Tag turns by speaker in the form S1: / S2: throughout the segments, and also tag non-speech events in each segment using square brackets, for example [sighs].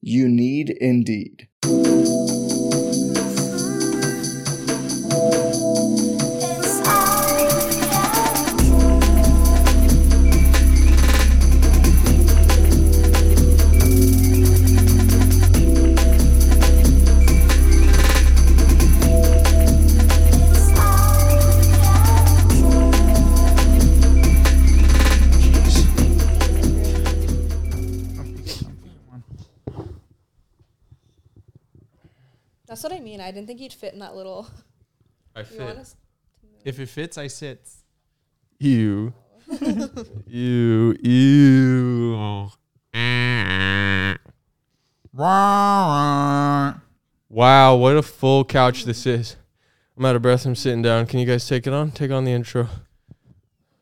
S1: You need Indeed.
S2: That's what I mean. I didn't think you'd fit in that little.
S3: I
S2: You
S3: fit.
S2: honest?
S3: If it fits, I sit. [laughs] Ew. ew. Ew. Wow, what a full couch this is. I'm out of breath. I'm sitting down. Can you guys take it on? Take on the intro.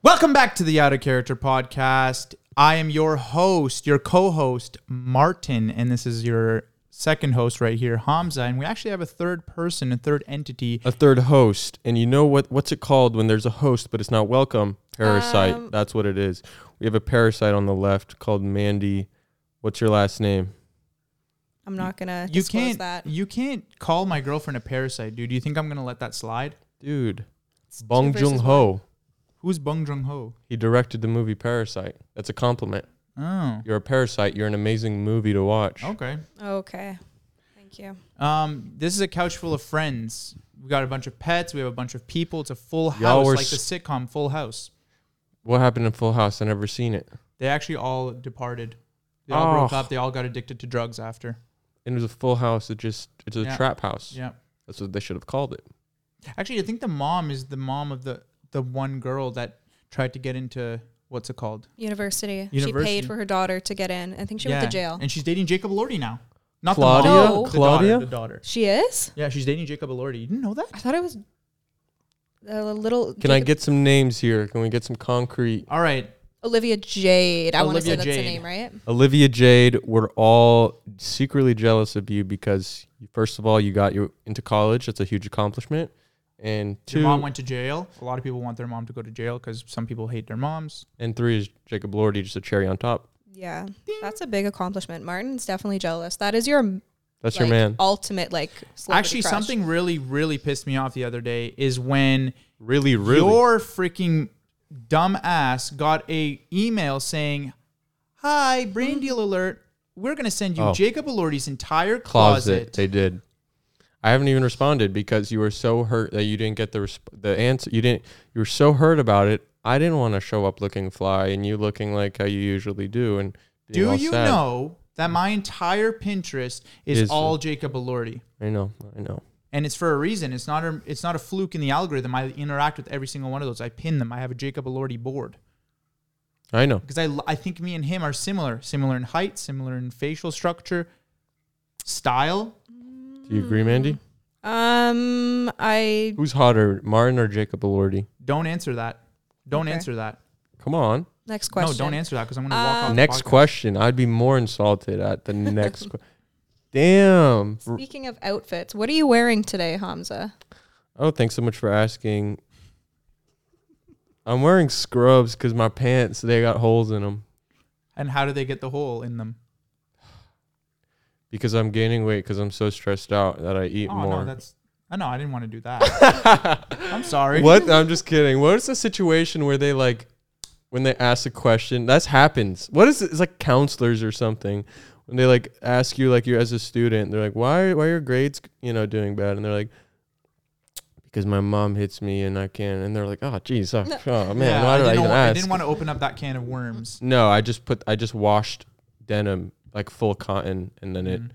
S4: Welcome back to the Out of Character podcast. I am your host, your co-host Martin, and this is your second host right here, Hamza. And we actually have a third person, a third entity.
S3: A third host. And you know what what's it called when there's a host but it's not welcome? Parasite.
S2: Um,
S3: That's what it is. We have a parasite on the left called Mandy. What's your last name?
S2: I'm not gonna
S4: You
S2: disclose
S4: can't,
S2: that.
S4: you can't call my girlfriend a parasite, dude. Do you think I'm gonna let that slide?
S3: Dude. Bong
S2: versus
S3: Joon Ho.
S4: Who's Bong Joon Ho?
S3: He directed the movie Parasite. That's a compliment.
S4: Oh,
S3: You're a parasite. You're an amazing movie to watch.
S4: okay.
S2: Okay. Thank you.
S4: Um, this is a couch full of friends. We got a bunch of pets. We have a bunch of people. It's a full
S3: Y'all
S4: house,
S3: were
S4: like the
S3: s-
S4: sitcom Full House.
S3: What happened in Full House? I never seen it.
S4: They actually all departed. They all broke
S3: Oh.
S4: up. They all got addicted to drugs after.
S3: It was a Full House. It just it's a
S4: Yeah.
S3: trap house.
S4: Yeah.
S3: That's what they should have called it.
S4: Actually, I think the mom is the mom of the the one girl that tried to get into what's it called?
S2: University. She
S4: University.
S2: paid for her daughter to get in. I think she went to jail.
S4: And she's dating Jacob Elordi now. Not
S3: Claudia?
S4: the mom.
S2: No.
S4: The
S3: Claudia?
S4: daughter, the daughter.
S2: She is.
S4: Yeah, she's dating Jacob Elordi. You didn't know that?
S2: I thought it was a little.
S3: Can I get some names here? Can we get some concrete?
S4: All right.
S2: Olivia Jade? I want to say
S4: Olivia
S2: that's the name,
S4: Jade.
S2: right?
S3: Olivia Jade, we're all secretly jealous of you because first of all, you got you into college. That's a huge accomplishment. And two
S4: Your mom went to jail. A lot of people want their mom to go to jail because some people hate their moms.
S3: and three is Jacob Lordy, just a cherry on top.
S2: Yeah, that's a big accomplishment. Martin's definitely jealous. That is your
S3: That's
S2: like,
S3: your man.
S2: ultimate like. celebrity
S4: Actually,
S2: crush.
S4: something really, really pissed me off the other day is when
S3: Really, really.
S4: your freaking dumb ass got a email saying, "Hi, brain deal alert. We're gonna send you
S3: Oh.
S4: Jacob Elordi's entire
S3: closet.
S4: closet."
S3: They did. I haven't even responded because you were so hurt that you didn't get the resp- the answer. You didn't. You were so hurt about it. I didn't want to show up looking fly and you looking like how you usually do. And being
S4: Do
S3: all
S4: you
S3: sad.
S4: know that my entire Pinterest is
S3: Is-
S4: all Jacob Elordi?
S3: I know. I know.
S4: And it's for a reason. It's not a it's not a fluke in the algorithm. I interact with every single one of those. I pin them. I have a Jacob Elordi board
S3: I know.
S4: because I l- I think me and him are similar, similar in height, similar in facial structure, style.
S3: Do you agree, Mandy?
S2: Um, I
S3: Who's hotter, Martin or Jacob Elordi?
S4: Don't answer that. Don't
S2: Okay.
S4: answer that.
S3: Come on.
S2: next question. Uh,
S4: No, don't answer that because I'm gonna walk off. the
S3: Next
S4: podcast.
S3: question. I'd be more insulted at the next. que- Damn. R-
S2: Speaking of outfits, what are you wearing today, Hamza?
S3: Oh, thanks so much for asking. I'm wearing scrubs because my pants they got holes in them.
S4: And how do they get the hole in them?
S3: because I'm gaining weight because I'm so stressed out that I eat
S4: Oh
S3: more.
S4: no, that's. I know. I didn't want to do that.
S3: [laughs]
S4: I'm sorry.
S3: what? I'm just kidding. What is the situation where they like when they ask a question? That's happens. What is it? It's like counselors or something when they like ask you like you as a student, they're like, why why are your grades you know doing bad? And they're like, because my mom hits me and I can't. And they're like, oh geez, oh, oh, man,
S4: Yeah,
S3: why did I,
S4: didn't
S3: even
S4: wa-
S3: ask?
S4: I didn't want to open up that can of worms.
S3: No, I just put I just washed denim like full cotton and then it
S4: Mhm.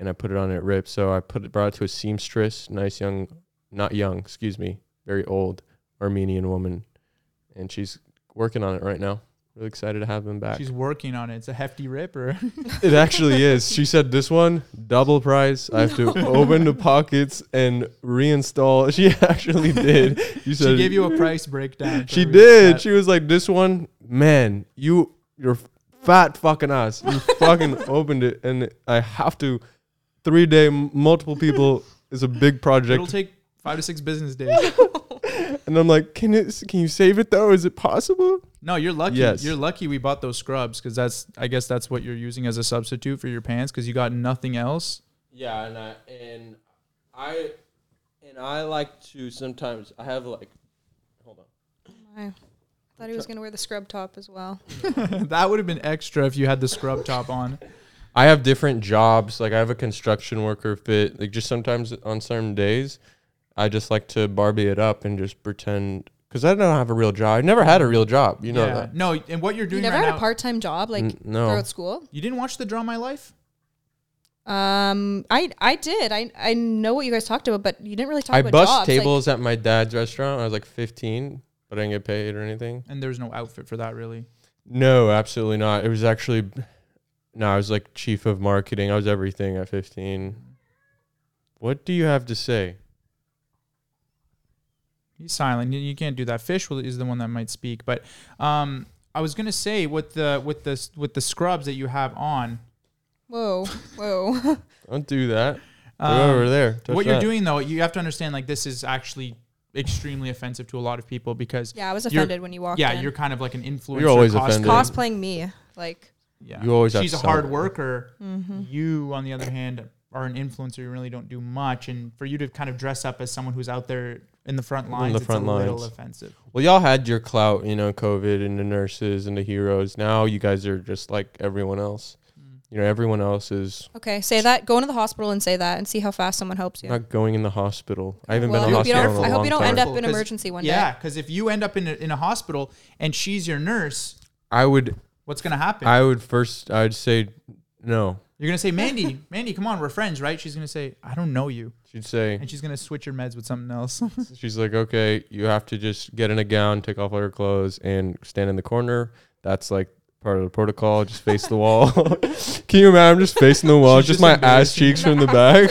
S3: and I put it on and it ripped. So I put it brought it to a seamstress, nice young not young, excuse me, very old Armenian woman. And she's working on it right now. Really excited to have them back.
S4: She's working on it. It's a hefty ripper. [laughs]
S3: it [laughs] actually is. She said this one double price. I have to open the pockets and reinstall. She [laughs] actually did. You said
S4: she gave
S3: [laughs]
S4: you a price breakdown. for
S3: she
S4: every
S3: did.
S4: set.
S3: She was like, "This one, man, you, your fat fucking ass, [laughs] you fucking opened it, and I have to, three day, m- multiple people is a big
S4: It'll
S3: project."
S4: take five to six business days.
S3: [laughs] and I'm like, "Can it? Can you save it though? Is it possible?"
S4: No, you're lucky.
S3: Yes.
S4: You're lucky we bought those scrubs because that's I guess that's what you're using as a substitute for your pants because you got nothing else. [laughs]
S3: Yeah, and I and I and I like to sometimes I have like, hold on.
S2: I thought he was going to wear the scrub top as well.
S4: that would have been extra if you had the scrub top on.
S3: I have different jobs. Like I have a construction worker fit. Like just sometimes on certain days, I just like to Barbie it up and just pretend because I don't have a real job. I've never had a real job. You know
S4: yeah.
S3: that.
S4: No, and what you're
S2: You
S4: doing
S2: never
S4: right
S2: had
S4: now.
S2: a part time job like
S3: N- no.
S2: throughout school?
S4: you didn't watch the Draw My Life.
S2: Um, I I did. I I know what you guys talked about, but you didn't really talk
S3: I
S2: about
S3: bus
S2: jobs. Like,
S3: tables at my dad's restaurant. When I was like 15, but I didn't get paid or anything.
S4: And there's no outfit for that really.
S3: No, absolutely not. It was actually no. I was like chief of marketing. I was everything at 15. What do you have to say?
S4: He's silent. You, you can't do that. Fish will, is the one that might speak. But um, I was gonna say with the with the with the scrubs that you have on.
S2: whoa,
S3: [laughs]
S4: [laughs]
S2: whoa.
S3: Don't do that. Go
S4: um,
S3: over there. Touch
S4: what you're
S3: that.
S4: doing though, you have to understand like this is actually extremely offensive to a lot of people because
S2: yeah, I was
S4: You're-
S2: offended when you walked
S4: yeah,
S2: in.
S4: you're kind of like an influencer.
S3: always
S4: cosplay-
S3: offended.
S2: cosplaying me. Like
S4: Yeah.
S3: You always have
S4: She's
S3: to
S4: a
S3: sell
S4: hard
S3: it.
S4: worker.
S2: Mm-hmm.
S4: You, on the other hand, are an influencer. You really don't do much, and for you to kind of dress up as someone who's out there in the front lines,
S3: the
S4: it's
S3: front
S4: a little
S3: lines.
S4: offensive.
S3: Well, y'all had your clout, you know, COVID and the nurses and the heroes. Now you guys are just like everyone else.
S2: Mm.
S3: You know, everyone else is
S2: okay, say that. Go into the hospital and say that, and see how fast someone helps you.
S3: not going in the hospital. I haven't
S2: Well,
S3: been
S2: I
S3: in
S2: hope you
S3: hospital in
S2: don't.
S3: a long
S2: I hope you don't
S3: time.
S2: end up in
S4: Because-
S2: emergency one
S4: yeah,
S2: day.
S4: because if you end up in a, in a hospital and she's your nurse,
S3: I would.
S4: what's gonna happen?
S3: I would first. I'd say no.
S4: You're gonna say, Mandy, [laughs] Mandy, come on, we're friends, right? She's gonna say, I don't know you,
S3: She'd say
S4: and she's gonna switch your meds with something else. [laughs]
S3: she's like, okay, you have to just get in a gown, take off all your clothes, and stand in the corner. That's like part of the protocol. Just face the wall. [laughs] Can you imagine? I'm just facing the wall.
S4: She's
S3: Just,
S4: just
S3: my ass
S4: embarrassing.
S3: cheeks
S4: [laughs]
S3: from the back.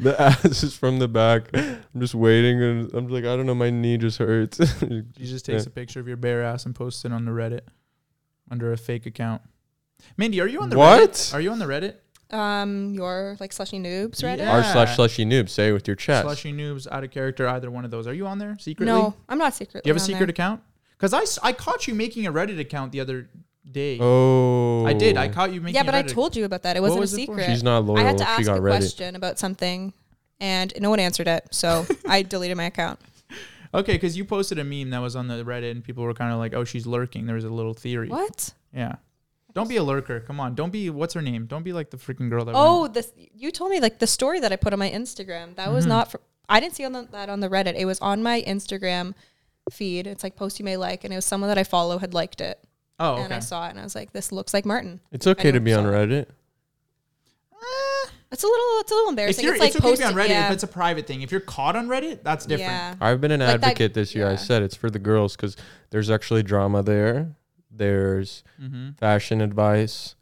S3: [laughs] the ass is from the back. I'm just waiting, and I'm like, I don't know. My knee just hurts. [laughs]
S4: She just takes
S3: Yeah.
S4: a picture of your bare ass and posts it on the Reddit under a fake account. Mandy, are you on the
S3: What?
S4: Reddit? Are you on the Reddit?
S2: Um, your like slushy noobs, right?
S4: Yeah.
S3: R slash slushy noob. Say it with your chest.
S4: Slushy noobs, out of character, either one of those. Are you on there secretly?
S2: No, I'm not secret.
S4: Do you have a secret account? Because I, s- I caught you making a Reddit account the other day.
S3: Oh,
S4: I did. I caught you making.
S2: Yeah,
S4: a
S2: but I
S4: Reddit-
S2: told you about that. It
S4: What
S2: wasn't
S4: was
S2: a
S4: it for?
S2: secret.
S3: She's not loyal.
S2: I had
S3: if
S2: to
S3: she
S2: ask
S3: got
S2: a
S3: Reddit.
S2: question about something, and no one answered it, so
S4: [laughs]
S2: I deleted my account.
S4: Okay, because you posted a meme that was on the Reddit, and people were kind of like, "Oh, she's lurking." There was a little theory.
S2: What?
S4: Yeah. Don't be a lurker. Come on. Don't be. What's her name? Don't be like the freaking girl that. went-
S2: Oh, this you told me like the story that I put on my Instagram. That
S4: Mm-hmm.
S2: was not for I didn't see on the, that on the Reddit. It was on my Instagram feed. It's like post you may like, and it was someone that I follow had liked it,
S4: Oh. Okay.
S2: and I saw it, and I was like, this looks like Martin.
S3: It's okay to
S2: know,
S3: be on
S2: so-
S3: Reddit.
S4: Eh,
S2: It's a little, it's a little
S4: if
S2: embarrassing.
S4: you're,
S2: it's like
S4: it's okay to be
S2: posting
S4: on Reddit
S2: yeah,
S4: if it's a private thing. If you're caught on Reddit, that's different.
S2: yeah.
S3: I've been an
S2: Like that-
S3: advocate this year. I
S2: yeah.
S3: said it's for the girls because there's actually drama there. There's
S4: Mm-hmm.
S3: fashion advice.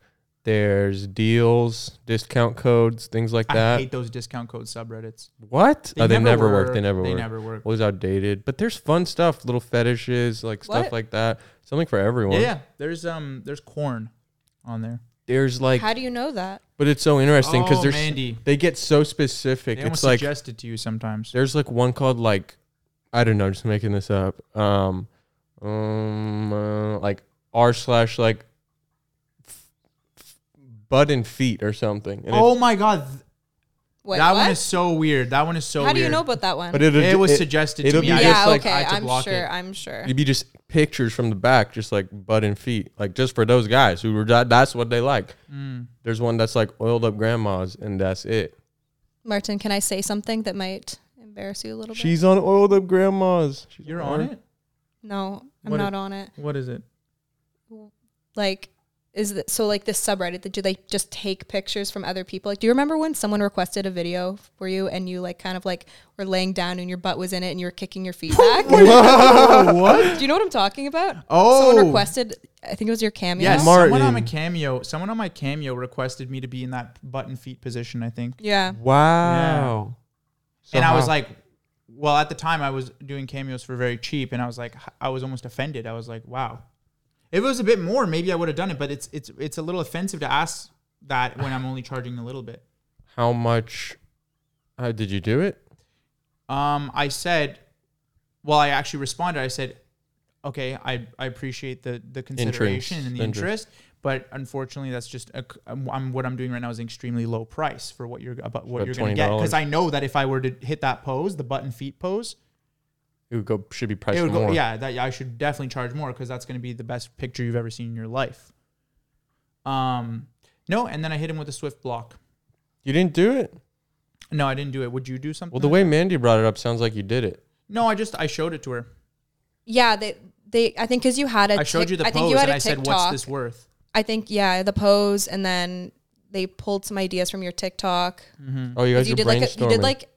S3: There's deals, discount codes, things like
S4: I
S3: that.
S4: hate those discount code subreddits.
S3: what? oh, they never work. They never
S4: They
S3: work.
S4: never work.
S3: Always outdated. But there's fun stuff, little fetishes, like stuff
S2: What?
S3: like that. Something for everyone.
S4: Yeah, yeah. There's um. There's corn on there.
S3: There's like,
S2: How do you know that?
S3: but it's so interesting because
S4: Oh,
S3: there's
S4: Mandy.
S3: they get so
S4: They
S3: specific.
S4: almost
S3: It's like
S4: suggest it to you sometimes.
S3: There's like one called like I don't know, just making this up. Um, um, uh, like r slash like f- f- butt and feet or something. And
S4: oh my god. th-
S2: Wait,
S4: that
S2: what?
S4: one is so weird. That one is so
S2: How
S4: weird.
S2: do you know about that one?
S3: But it'll,
S4: It was
S3: it-
S4: suggested to
S3: it'll
S4: me.
S3: Be
S4: I
S3: just
S2: yeah,
S3: like,
S2: okay.
S4: I had to
S2: I'm
S4: block
S2: sure.
S4: it.
S2: I'm sure.
S3: It'd be just pictures from the back, just like butt and feet, like just for those guys who were that, that's what they like.
S4: Mm.
S3: There's one that's like oiled up grandmas, and that's it.
S2: Martin, can I say something that might embarrass you a little bit?
S3: She's on oiled up grandmas. She's
S4: You're on it.
S2: No, I'm
S4: What
S2: not
S4: it-
S2: on it.
S4: What is it?
S2: Like, is that so? Like this subreddit, that do they just take pictures from other people? Like, do you remember when someone requested a video for you and you like kind of like were laying down and your butt was in it and you were kicking your feet back?
S4: [laughs] what?
S2: Do you know what I'm talking about?
S4: Oh.
S2: someone requested. I think it was your cameo.
S4: Yes, someone on my
S3: Martin.
S4: cameo. Someone on my cameo requested me to be in that button feet position. I think,
S2: Yeah.
S3: Wow. So
S4: and I was
S3: how-
S4: like, well, at the time I was doing cameos for very cheap, and I was like, I was almost offended. I was like, wow. If it was a bit more, maybe I would have done it. But it's it's it's a little offensive to ask that when I'm only charging a little bit.
S3: how much? How did you do it?
S4: Um, I said, well, I actually responded. I said, okay, I, I appreciate the, the consideration and the interest,
S3: interest.
S4: but unfortunately, that's just a, I'm, I'm- what I'm doing right now is an extremely low price for what you're about what
S3: About
S4: you're gonna get
S3: $20.
S4: because I know that if I were to hit that pose, the button feet pose,
S3: It would go should be priced
S4: it would go
S3: more.
S4: yeah that I should definitely charge more because that's gonna be the best picture you've ever seen in your life. Um, no, and then I hit him with a swift block.
S3: You didn't do it.
S4: No, I didn't do it. Would you do something?
S3: Well, the
S2: Mm-hmm.
S3: way Mandy brought it up sounds like you did it.
S4: no, I just I showed it to her.
S2: Yeah. They. They. I think because you had a.
S4: I showed
S2: tic-
S4: you the
S2: I
S4: pose
S2: think you had
S4: and
S2: a
S4: I said,
S2: TikTok.
S4: "What's this worth?"
S2: I think yeah, the pose, and then they pulled some ideas from your TikTok.
S3: Oh, you
S2: 'Cause
S3: guys
S2: Mm-hmm. You
S3: are
S2: did like a,
S3: brainstorming.
S2: you did like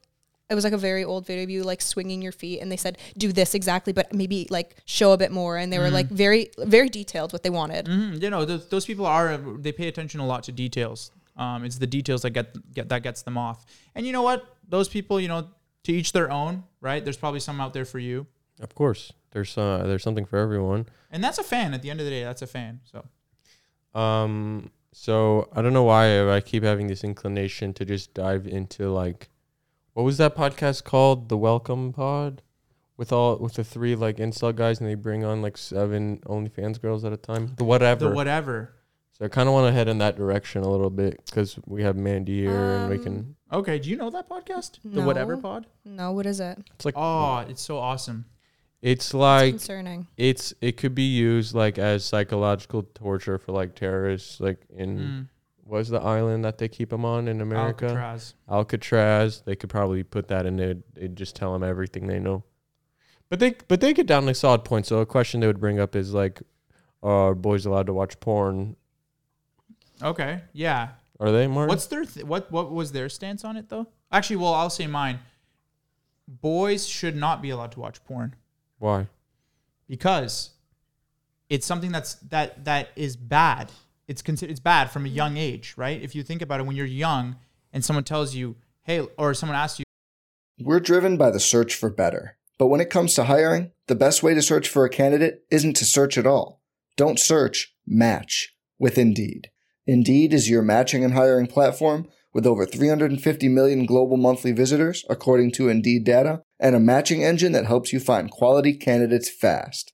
S2: it was like a very old video of you like swinging your feet, and they said do this exactly, but maybe like show a bit more, and they were
S3: Mm-hmm.
S2: like very very detailed what they wanted.
S4: Mm, you know, those, those people are they pay attention a lot to details. Um, it's the details that get, get that gets them off. And you know what? Those people, you know, to each their own, right? There's probably some out there for you,
S3: of course, there's uh, there's something for everyone.
S4: and that's a fan. At the end of the day, that's a fan. So
S3: Um, so I don't know why I keep having this inclination to just dive into like, what was that podcast called? The Welcome Pod, with all with the three like incel guys, and they bring on like seven OnlyFans girls at a time. The whatever.
S4: the whatever.
S3: so I kind of want to head in that direction a little bit because we have Mandy here, and we
S2: Um,
S3: can.
S4: Okay, do you know that podcast? The
S2: No.
S4: Whatever Pod.
S2: No, what is it?
S3: It's like
S4: Oh, it's so awesome.
S3: it's
S2: It's
S3: like
S2: concerning.
S3: it's it could be used like as psychological torture for like terrorists, like in.
S4: Mm.
S3: Was the island that they keep them on in America?
S4: Alcatraz.
S3: Alcatraz. They could probably put that in there. They'd just tell them everything they know. But they but they get down to solid points. So a question they would bring up is like, are boys allowed to watch porn?
S4: Okay, yeah.
S3: Are they, Martin?
S4: What's their th- what what was their stance on it though? Actually, well, I'll say mine. Boys should not be allowed to watch porn.
S3: Why?
S4: because it's something that's that that is bad. It's considered it's bad from a young age, right? If you think about it, when you're young and someone tells you, "Hey," or someone asks you,
S1: We're driven by the search for better. But when it comes to hiring, the best way to search for a candidate isn't to search at all. Don't search, match with Indeed. Indeed is your matching and hiring platform with over 350 million global monthly visitors, according to Indeed data, and a matching engine that helps you find quality candidates fast.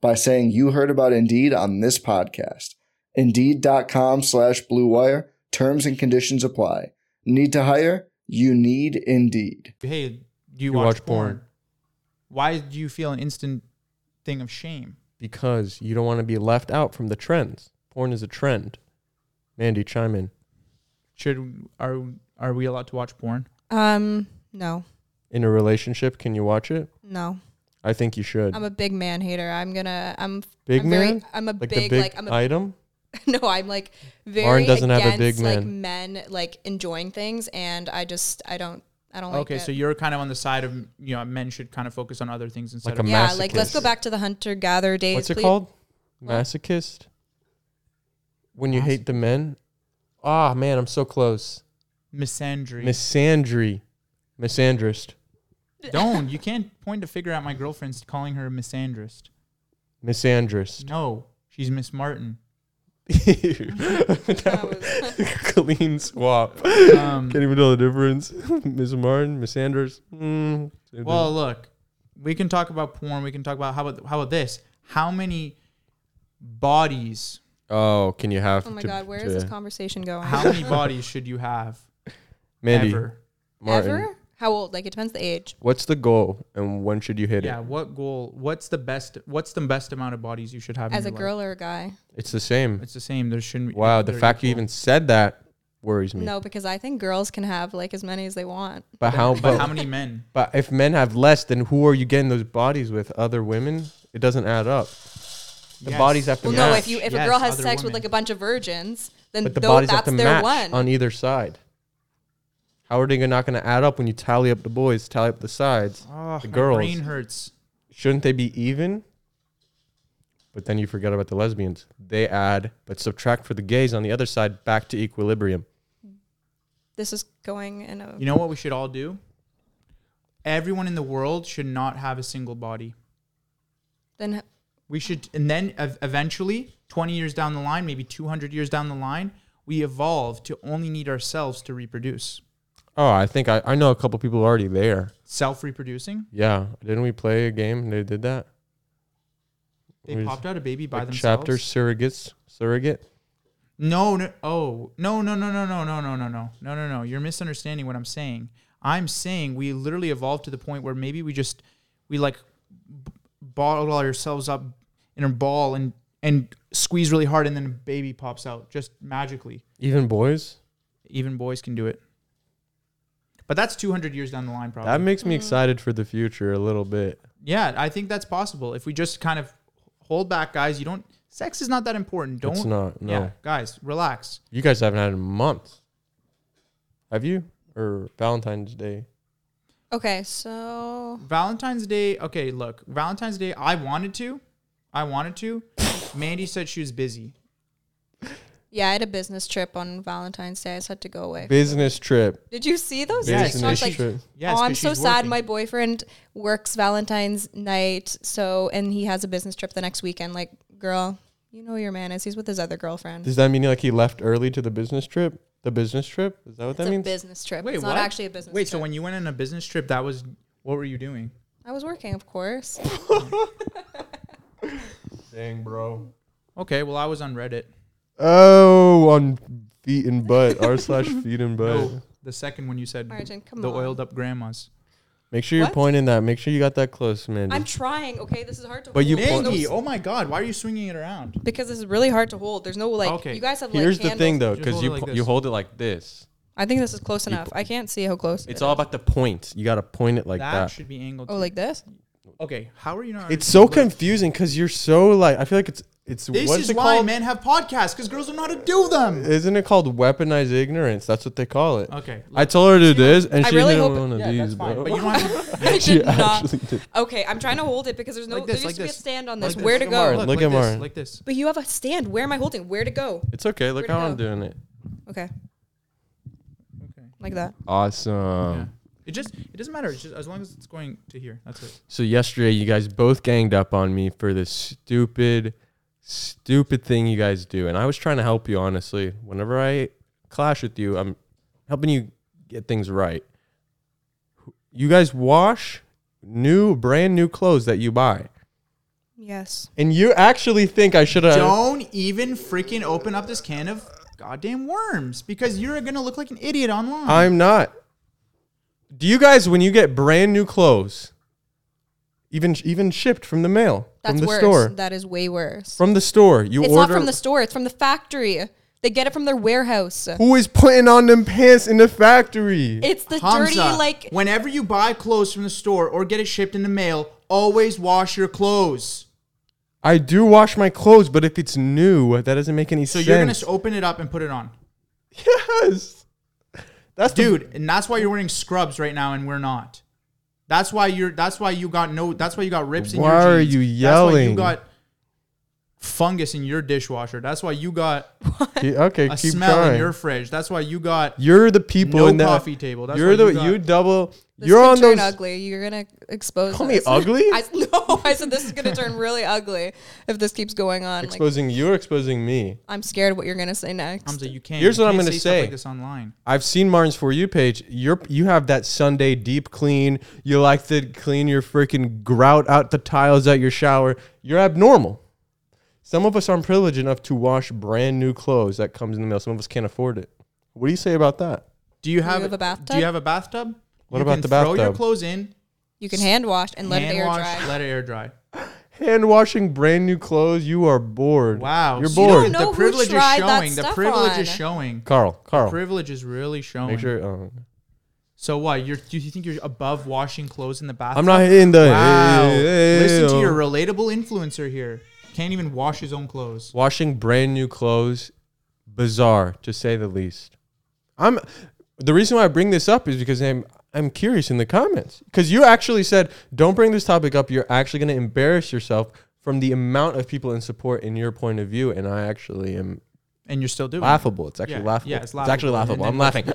S1: by saying you heard about Indeed on this podcast. Indeed.com slash BlueWire. Terms and conditions apply. Need to hire? You need Indeed.
S4: "Hey, do you, watch, porn? Why do you feel an instant thing of shame?"
S3: Because you don't want to be left out from the trends. Porn is a trend. Mandy, chime in.
S4: Should are are we allowed to watch porn?
S2: Um, no,
S3: In a relationship, can you watch it?
S2: no.
S3: I think you should.
S2: I'm a big man hater. I'm gonna. I'm
S3: big
S2: I'm
S3: man.
S2: Very, I'm a
S3: like
S2: big,
S3: the big
S2: like I'm a
S3: item.
S2: [laughs] no, I'm like very
S3: doesn't have
S2: against
S3: a big
S2: like men like enjoying things, and I just I don't I don't like
S4: okay,
S2: it.
S4: so you're kind of on the side of you know men should kind of focus on other things instead
S3: Like a
S4: of
S3: ma-
S2: yeah, like let's
S3: masochist.
S2: go back to the hunter gatherer days.
S3: What's it
S2: please.
S3: called? Masochist. When you hate the men. Ah man, I'm so close.
S2: [laughs]
S4: misandry.
S3: Misandry. misandrist,
S4: Don't. You can't point a finger at my girlfriend's calling her misandrist.
S3: misandrist. [laughs]
S4: No, she's Miss Martin.
S3: that [laughs]
S2: was-
S3: was clean swap.
S4: Um,
S3: [laughs] Can't even tell the [laughs] difference. Miss Martin, Miss Anders. Mm, same
S4: well, look, we can talk about porn. We can talk about how about how about this? How many bodies?
S3: thing. oh, can you have?
S2: Oh my
S3: to-
S2: God, where is
S3: to-
S2: this conversation going?
S3: [laughs]
S4: How many bodies should you have
S3: Mandy
S4: ever?
S3: Martin?
S2: Ever? How old? Like it depends the age.
S3: What's the goal, and when should you hit
S4: Yeah.
S3: it?
S4: What goal? What's the best? What's the best amount of bodies you should have in
S2: As a
S4: your
S2: girl or a guy?
S3: It's the same.
S4: Life? It's the same. There shouldn't. be
S3: Wow, the
S4: they're
S3: fact you
S4: equal.
S3: even said that worries me.
S2: No, because I think girls can have like as many as they want.
S3: But how?
S4: But
S3: But,
S4: how many men?
S3: but if men have less, then who are you getting those bodies with? Other women? It doesn't add up. The
S4: Yes.
S3: bodies have to
S2: Well,
S3: match.
S2: no, if you if a
S4: Yes,
S2: girl has
S4: other
S2: sex with
S4: women.
S2: like a bunch of virgins, then
S3: but the
S2: tho-
S3: bodies have
S2: that's
S3: to
S2: their
S3: match
S2: one.
S3: on either side. How are they not going to add up when you tally up the boys, tally up the sides?
S4: Oh,
S3: The
S4: my
S3: girls.
S4: brain hurts.
S3: Shouldn't they be even? But then you forget about the lesbians. They add, but subtract for the gays on the other side back to equilibrium.
S2: this is going in a.
S4: You know what we should all do? Everyone in the world should not have a single body.
S2: then
S4: We should, and then ev- eventually, 20 years down the line, maybe 200 years down the line, we evolve to only need ourselves to reproduce.
S3: Oh, I think I, I know a couple people already there.
S4: Self reproducing.
S3: Yeah. Didn't we play a game? and They did that?
S4: They
S3: What is-
S4: popped out a baby by
S3: Like
S4: themselves.
S3: chapter surrogates. Surrogate.
S4: No, no, oh, no, no, no, no, no, no, no, no, no, no, no, no. You're misunderstanding what I'm saying. I'm saying we literally evolved to the point where maybe we just, we like b- bottle ourselves up in a ball and, and squeeze really hard and then a baby pops out just magically.
S3: Even boys?
S4: even boys can do it. But that's 200 years down the line, probably.
S3: That makes me excited for the future a little bit.
S4: yeah, I think that's possible. If we just kind of hold back, guys, you don't. Sex is not that important. Don't.
S3: It's not. No.
S4: Yeah, guys, relax.
S3: You guys haven't had it in months. Have you? Or Valentine's Day?
S2: okay, so
S4: Valentine's Day. Okay, look, Valentine's Day. I wanted to. I wanted to. Mandy said she was busy.
S2: yeah, I had a business trip on Valentine's Day. I just had to go away.
S3: Business trip.
S2: Did you see those?
S4: Yes.
S2: TikToks?
S3: Business
S2: Like,
S3: trip.
S4: Yes,
S2: oh,
S4: 'cause
S2: I'm so
S4: she's
S2: sad.
S4: working.
S2: My boyfriend works Valentine's night, so and he has a business trip the next weekend. Like, girl, you know who your man is. He's with his other girlfriend.
S3: Does that mean like he left early to the business trip? The business trip? Is that what
S2: it's
S3: that
S2: a
S3: means?
S2: business trip.
S4: Wait,
S2: it's
S4: what?
S2: not actually a business.
S4: Wait,
S2: trip.
S4: so when you went on a business trip, that was what were you doing?
S2: I was working, of course.
S3: Dang, bro.
S4: Okay, well, I was on Reddit.
S3: Oh, on feet and butt.
S2: [laughs]
S3: R slash feet and butt.
S4: Oh, the second one you said
S2: Margin, come
S4: the
S2: on.
S4: oiled up grandmas.
S3: Make sure you're
S2: What?
S3: pointing that. Make sure you got that close, Mandy.
S2: I'm trying. Okay, this is hard to.
S3: But you
S2: hold.
S3: point-
S4: Mandy, oh my God, why are you swinging it around?
S2: because this is really hard to hold. There's no like.
S4: Okay.
S2: You guys have like.
S3: Here's the
S2: handles.
S3: thing though,
S4: Just
S3: because
S4: hold
S3: you
S4: it like
S3: po-
S4: this.
S3: you hold it like this.
S2: I think this is close
S3: You
S2: enough. I can't see how close. it
S3: It's
S2: is.
S3: all about the point. You gotta point it like
S4: that,
S3: that.
S4: should be angled.
S2: Oh,
S4: to-
S2: like
S3: [laughs]
S2: this.
S4: okay, how are you not?
S3: It's so
S4: Look,
S3: confusing because you're so like I feel like it's it's
S4: This
S3: what's
S4: is
S3: it
S4: why
S3: called?
S4: men have podcasts because girls don't know how to do
S3: [laughs]
S4: them.
S3: Isn't it called weaponized ignorance? That's what they call it.
S4: Okay,
S3: I told her to do this, and
S2: I
S3: she
S2: really
S3: did
S2: hope it-
S3: one of
S4: yeah,
S3: these,
S4: that's fine.
S3: bro.
S4: But you don't
S2: [laughs]
S4: have to-
S2: I
S3: She
S2: did not.
S3: actually did.
S2: Okay, I'm trying to hold it because there's no.
S4: like
S2: there
S4: this,
S2: used
S4: like
S2: to be
S4: this,
S2: a stand on
S4: like
S2: this. Where to go?
S3: Martin. Look at
S4: like this,
S3: Martin.
S4: Like this.
S2: But you have a stand. Where am I holding? Where to go?
S3: It's okay. Look
S2: Where'd it
S3: how I'm
S2: go?
S3: doing it.
S2: Okay,
S4: Okay.
S2: like that.
S3: Awesome.
S4: Yeah. It just it doesn't matter. It's just as long as it's going to here. That's it.
S3: So yesterday, you guys both ganged up on me for this stupid, stupid thing you guys do, and I was trying to help you. Honestly, whenever I clash with you, I'm helping you get things right. You guys wash new, brand new clothes that you buy,
S2: Yes.
S3: and you actually think I should have.
S4: don't even freaking open up this can of goddamn worms because you're gonna look like an idiot online.
S3: I'm not. Do you guys, when you get brand new clothes, even even shipped from the mail
S2: That's
S3: from the
S2: worse.
S3: store?
S2: That is way worse.
S3: From the store, you
S2: it's
S3: order.
S2: not from the store. It's from the factory. They get it from their warehouse.
S3: Who is putting on them pants in the factory?
S2: It's the dirty
S4: Hamza,
S2: like.
S4: whenever you buy clothes from the store or get it shipped in the mail, always wash your clothes.
S3: I do wash my clothes, but if it's new, that doesn't make any
S4: So
S3: sense.
S4: you're gonna s- open it up and put it on.
S3: yes, that's the- [laughs]
S4: dude and that's why you're wearing scrubs right now and we're not that's why you're that's why you got no that's why you got rips in
S3: Why
S4: your
S3: are
S4: jeans.
S3: you
S4: that's why you
S3: yelling?
S4: got fungus in your dishwasher. That's why you got
S3: Ke- okay,
S4: a
S3: keep
S4: smell in
S3: trying.
S4: your fridge. That's why you got
S3: You're the people
S4: no
S3: in that.
S4: coffee table. That's
S3: you're
S4: why
S3: the
S4: you got-
S3: you, double.
S2: This
S3: you're
S2: could
S3: on
S2: turn
S3: those.
S2: ugly. You're gonna expose.
S3: Call me
S2: us.
S3: ugly.
S2: [laughs] I, no, I said this is gonna turn really ugly if this keeps going on. like,
S3: exposing you or exposing me.
S2: I'm scared of what you're gonna say next.
S4: Hamza, you can't.
S3: Here's
S4: you
S3: what I'm
S4: can't
S3: gonna
S4: stuff
S3: say.
S4: like this online.
S3: I've seen Martin's for you page. You're you have that Sunday deep clean. You like to clean your freaking grout out the tiles at your shower. You're abnormal. Some of us aren't privileged enough to wash brand new clothes that comes in the mail. Some of us can't afford it. What do you say about that?
S4: Do you have,
S2: have a bathtub?
S4: Do you have a bathtub?
S3: What
S4: You
S3: about
S4: can
S3: the
S4: Throw your
S3: bathtub?
S4: clothes in,
S2: you can hand wash and let
S4: hand
S2: it air
S4: wash,
S2: dry.
S4: let it air dry.
S3: Hand washing brand new clothes. You are bored.
S4: Wow,
S3: You're
S4: so
S3: bored.
S2: don't know
S4: the
S2: who
S4: privilege is
S2: tried that
S4: showing. The
S2: stuff
S4: privilege
S2: on.
S4: is showing.
S3: Carl. Carl.
S4: Privilege is really showing.
S3: Make sure.
S4: [laughs]
S3: Um,
S4: So what? You're, do you think you're above washing clothes in the bathtub?
S3: I'm not in the.
S4: Wow.
S3: Hey,
S4: Listen to your
S3: oh.
S4: relatable influencer here. Can't even wash his own clothes.
S3: washing brand new clothes bizarre to say the least i'm the reason why i bring this up is because i'm i'm curious in the comments because you actually said don't bring this topic up you're actually going to embarrass yourself from the amount of people in support in your point of view and i actually am
S4: And you're still doing it.
S3: laughable it's actually
S4: Yeah,
S3: laughable.
S4: yeah, it's
S3: it's actually
S4: laughable.
S3: laughable
S4: And
S3: i'm laughing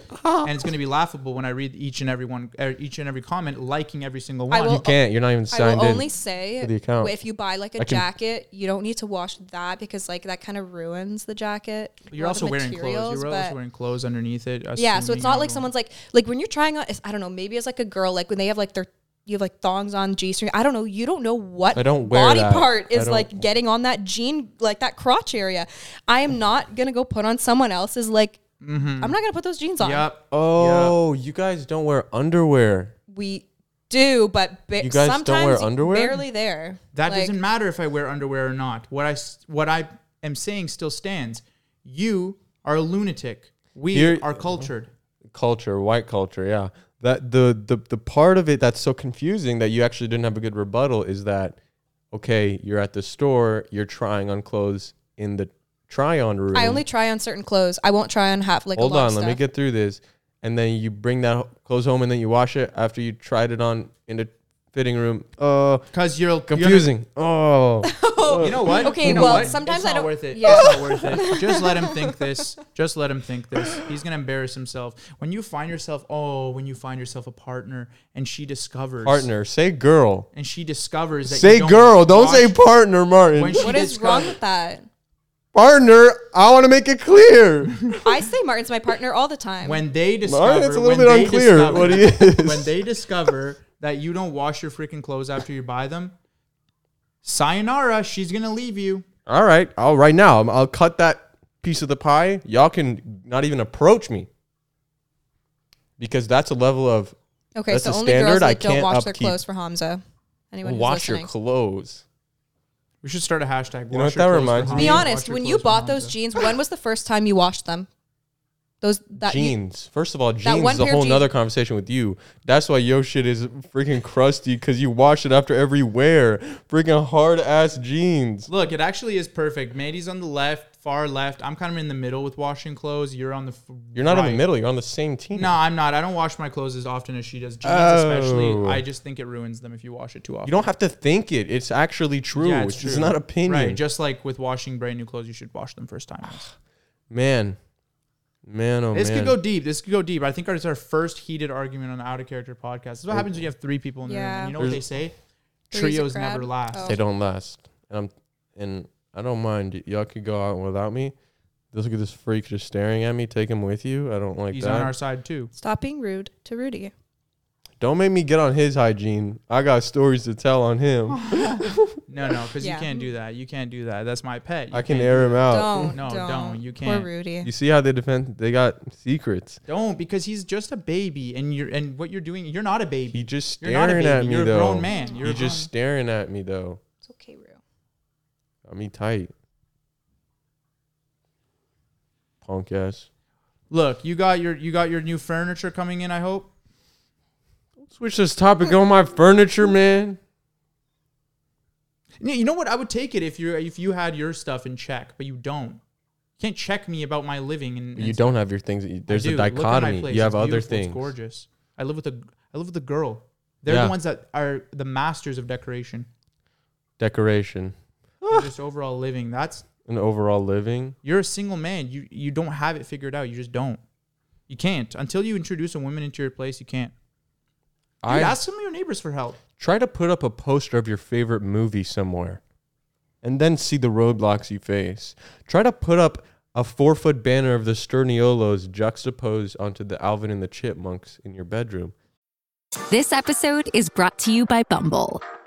S3: [laughs]
S4: [laughs] and it's going to be laughable when I read each and every one, er, each and every comment, liking every single
S2: I
S4: one.
S2: will-
S3: you can't you're not
S2: I
S3: even signed
S2: will only
S3: in
S2: say
S3: to the account.
S2: if you buy like a
S3: I can-
S2: jacket, you don't need to wash that because like that kind of ruins the jacket.
S4: You're
S2: All
S4: also
S2: the
S4: wearing clothes.
S2: materials,
S4: You're
S2: but-
S4: also wearing clothes underneath it.
S2: Yeah, so it's
S4: assuming
S2: not
S4: I
S2: like
S4: will-
S2: someone's like like when you're trying on. I don't know. Maybe it's like a girl like when they have like their you have like thongs on g string. I don't know. You don't know what
S3: I don't wear
S2: body
S3: that.
S2: part
S3: I
S2: is
S3: don't-
S2: like getting on that jean like that crotch area. I am not gonna go put on someone else's like.
S3: Mm-hmm.
S2: I'm not gonna put those jeans on.
S4: Yep.
S3: oh you guys don't wear underwear
S2: We do, but ba-
S3: You guys don't
S2: sometimes
S3: wear underwear?
S2: Barely there.
S4: That
S2: Like,
S4: doesn't matter if I wear underwear or not. What I s- what I am saying still stands. You are a lunatic. We
S3: Here-
S4: are cultured.
S3: culture, white culture, yeah. That the the the part of it that's so confusing that you actually didn't have a good rebuttal is that okay, you're at the store, you're trying on clothes in the try on room.
S2: I only try on certain clothes. I won't try on half like.
S3: hold
S2: a lot
S3: on,
S2: of
S3: let me
S2: stuff.
S3: get through this, and then you bring that ho- clothes home and then you wash it after you tried it on in the fitting room. Uh,
S4: Because you're [laughs]
S3: confusing. Oh,
S4: You know what?
S2: Okay,
S4: You know
S2: well,
S4: what?
S2: sometimes
S4: it's
S2: I
S4: not
S2: don't-
S4: Worth it.
S2: yeah.
S4: It's not worth it.
S2: [laughs]
S4: Just let him think this. Just let him think this. He's gonna embarrass himself. When you find yourself, oh, when you find yourself a partner and she discovers
S3: [laughs] partner, say girl,
S4: and she discovers that
S3: say
S4: you don't
S3: girl. Don't
S4: wash-
S3: say partner, Martin.
S4: When she
S2: What is wrong
S4: discovers-
S2: with that?
S3: partner. I want to make it clear.
S2: I say Martin's my partner all the time.
S4: when they discover
S3: Martin, it's a
S4: when
S3: little bit
S4: they
S3: unclear
S4: discover-
S3: what he is.
S4: when they discover that you don't wash your freaking clothes after you buy them sayonara she's gonna leave you
S3: All right, I'll right now. I'm- I'll cut that piece of the pie. Y'all can not even approach me because that's a level of
S2: Okay,
S3: That's
S2: so
S3: a
S2: only
S3: standard
S2: girls that
S3: I
S2: don't
S3: can't
S2: wash their
S3: upkeep.
S2: clothes for Hamza. Anyone who's
S3: wash your
S2: listening.
S3: clothes.
S4: we should start a hashtag
S3: You know
S4: wash
S3: what
S4: your
S3: that
S4: clothes for
S3: reminds me?
S4: Hamza,
S2: Be
S4: wash
S2: honest,
S4: your
S2: when
S4: clothes
S2: you
S4: for
S2: bought those
S4: Hamza.
S2: jeans, when was the first time you washed them? Those that you-
S3: Jeans. First of all, jeans
S2: one
S3: is a
S2: pair of
S3: whole
S2: jeans-
S3: nother conversation with you. That's why your shit is freaking crusty because you wash it after every wear. Freaking hard ass jeans.
S4: look it actually is perfect Mady's on the left far left i'm kind of in the middle with washing clothes you're on the f-
S3: You're not in
S4: right.
S3: the middle. You're on the same team.
S4: no i'm not i don't wash my clothes as often as she does jeans
S3: Oh.
S4: especially i just think it ruins them if you wash it too often
S3: You don't have to think it. It's actually true.
S4: Yeah,
S3: it's, it's not opinion.
S4: Right, just like with washing brand new clothes, you should wash them first time.
S3: man, man, [sighs] oh
S4: This
S3: man.
S4: could go deep. This could go deep. I think it's our first heated argument on the out of character podcast. This is
S3: Oh.
S4: what happens when you have three people in the room.
S2: Yeah.
S4: And you know what they say?
S2: Three's a
S4: Trios
S2: crowd.
S4: never last.
S2: Oh.
S3: they don't last. And I'm and I don't mind. Y- Y'all could go out without me. Just look at this freak just staring at me. Take him with you. I don't like
S4: He's
S3: that.
S4: on our side too.
S2: Stop being rude to Rudy.
S3: don't make me get on his hygiene. I got stories to tell on him.
S4: No, no, because
S2: Yeah.
S4: you can't do that. You can't do that. That's my pet. You
S3: I can
S4: can't
S3: air
S4: do
S3: him out.
S2: Don't,
S4: No,
S2: don't,
S4: don't. You
S2: Poor
S4: can't.
S2: Rudy.
S3: Oh. You see how they defend? They got secrets.
S4: that. Don't because he's just a baby, and you're and what you're doing. You're not a baby.
S3: He just
S4: You're not a
S3: staring
S4: baby.
S3: at me
S4: You're a
S3: though.
S4: grown man. You're
S3: he
S4: a
S3: just
S4: grown-
S3: staring at me though.
S2: It's okay, Rue.
S3: Got me tight. Punk ass.
S4: Look, you got your you got your new furniture coming in. I hope.
S3: Switch this topic on my furniture, man.
S4: Yeah, You know what? I would take it if you if you had your stuff in check, but you don't. You can't check me about my living. And, and
S3: You don't have your things. that you- There's
S4: I
S3: a
S4: do. Look at my
S3: dichotomy.
S4: place.
S3: You have
S4: It's
S3: other
S4: beautiful.
S3: things.
S4: It's gorgeous. I live with a I live with a girl. They're
S3: Yeah. [sighs]
S4: the ones that are the masters of decoration.
S3: decoration.
S4: You're just overall living. That's
S3: and overall living.
S4: you're a single man. You you don't have it figured out. You just don't. You can't until you introduce a woman into your place. You can't. Dude,
S3: I
S4: ask some of your neighbors for help.
S3: try to put up a poster of your favorite movie somewhere, and then see the roadblocks you face. Try to put up a four foot banner of the Sterniolos juxtaposed onto the Alvin and the Chipmunks in your bedroom.
S5: This episode is brought to you by Bumble.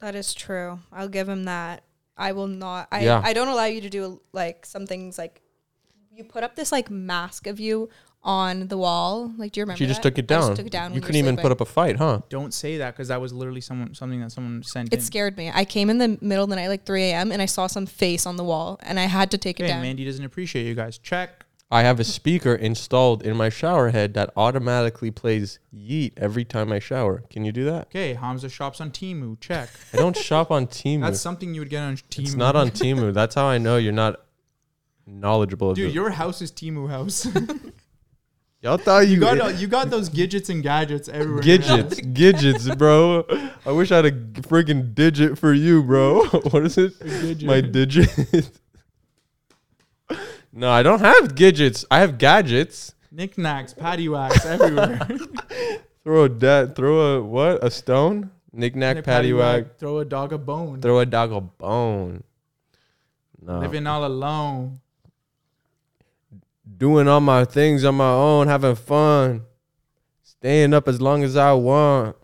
S2: That is true. I'll give him that. I will not. I
S3: Yeah.
S2: I don't allow you to do like some things like you put up this like mask of you on the wall. Like, do you remember?
S3: She just
S2: that?
S3: took it
S2: I
S3: down.
S2: just took it down.
S3: You couldn't even put up a fight, huh?
S4: Don't say that because that was literally someone something that someone sent.
S2: It
S4: in.
S2: scared me. I came in the middle of the night, like 3 a.m., and I saw some face on the wall, and I had to take it
S4: Okay,
S2: down.
S4: Mandy doesn't appreciate you guys. Check.
S3: I have
S2: [laughs]
S3: a speaker installed in my shower head that automatically plays Yeet every time I shower. Can you do that?
S4: Okay, Hamza shops on Timu. Check.
S3: I don't shop on Team.
S4: That's something you would get on Timu.
S3: It's not on Timu. That's how I know you're not knowledgeable. Of
S4: Dude,
S3: it.
S4: your house is Timu house. [laughs]
S3: y'all thought you,
S4: you got
S3: it-
S4: all- you got those gadgets and gadgets everywhere.
S3: Gidgets,
S4: [laughs]
S3: gidgets, bro. I wish I had a g- freaking digit for you, bro. [laughs] what is it? My digit. [laughs] no, I don't have gadgets. I have gadgets.
S4: Knickknacks, patty wax [laughs] everywhere.
S3: Throw a dat. Throw a what? A stone? Knickknack,
S4: Knick,
S3: patty whack.
S4: Throw a dog a bone.
S3: Throw a dog a bone. No.
S4: Living all alone.
S3: doing all my things on my own, having fun, staying up as long as I want.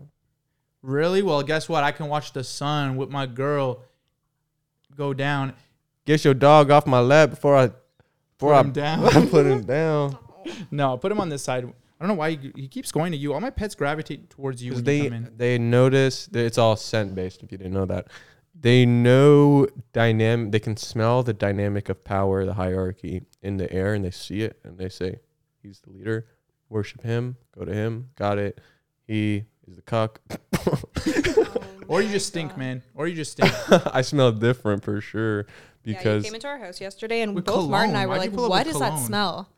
S4: Really? Well, guess what? I can watch the sun with my girl go down.
S3: Get your dog off my lap before I before
S4: Put
S3: I [laughs]
S4: him down.
S3: put him
S4: [laughs]
S3: down.
S4: No, put him on this side. I don't know why he, he keeps going to you. All my pets gravitate towards you when
S3: Because
S4: you
S3: they
S4: come in.
S3: they notice that it's all scent based. If you didn't know that, they know dynamic. They can smell the dynamic of power, the hierarchy in the air, and they see it, and they say, "He's the leader. Worship him. Go to him. Got it. He is
S2: [laughs]
S3: the cuck." [laughs]
S4: Or you just stink, man. Or you
S3: [laughs]
S4: just stink.
S3: I smell different for sure
S2: yeah, you
S3: because
S2: came into our house yesterday, and
S4: With
S2: both Martin and I
S4: cologne.
S2: were
S4: Why'd you
S2: like,
S4: pull up
S2: "What
S4: with
S2: is that
S4: cologne?
S2: smell?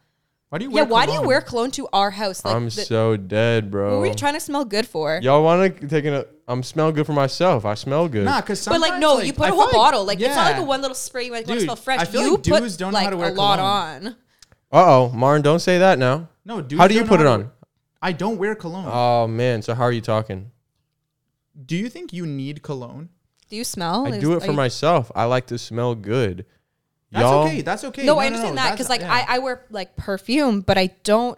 S4: Why do you
S2: Yeah,
S4: wear
S2: why do you
S4: cologne?
S2: wear cologne to our house? Like,
S3: I'm
S2: the-
S3: so dead,
S2: what
S3: bro.
S2: were you trying to smell good for?
S3: Y'all want to take a? I'm smell good for myself. I smell good.
S4: Nah, because
S2: But like, no, you put a whole bottle. Like, it's not like a one little spray. You like, want
S4: Dude,
S2: to smell fresh.
S4: I feel
S2: you
S4: like
S2: put
S4: dudes don't know how
S2: like
S4: to wear
S2: a lot
S4: cologne.
S2: on.
S3: Uh oh, Marn, don't say that now.
S4: No, dude.
S3: how do you put it on?
S4: I don't wear cologne.
S3: Oh man, so how are you talking?
S4: do you think you need cologne?
S2: Do you smell?
S3: I
S2: Is-
S3: do it
S2: are
S3: for
S2: you-
S3: myself. I like to smell good.
S4: That's
S3: Y'all,
S4: okay. That's okay.
S2: No, I understand that
S4: that's-
S2: because like
S4: yeah.
S2: I, I wear like perfume, but I don't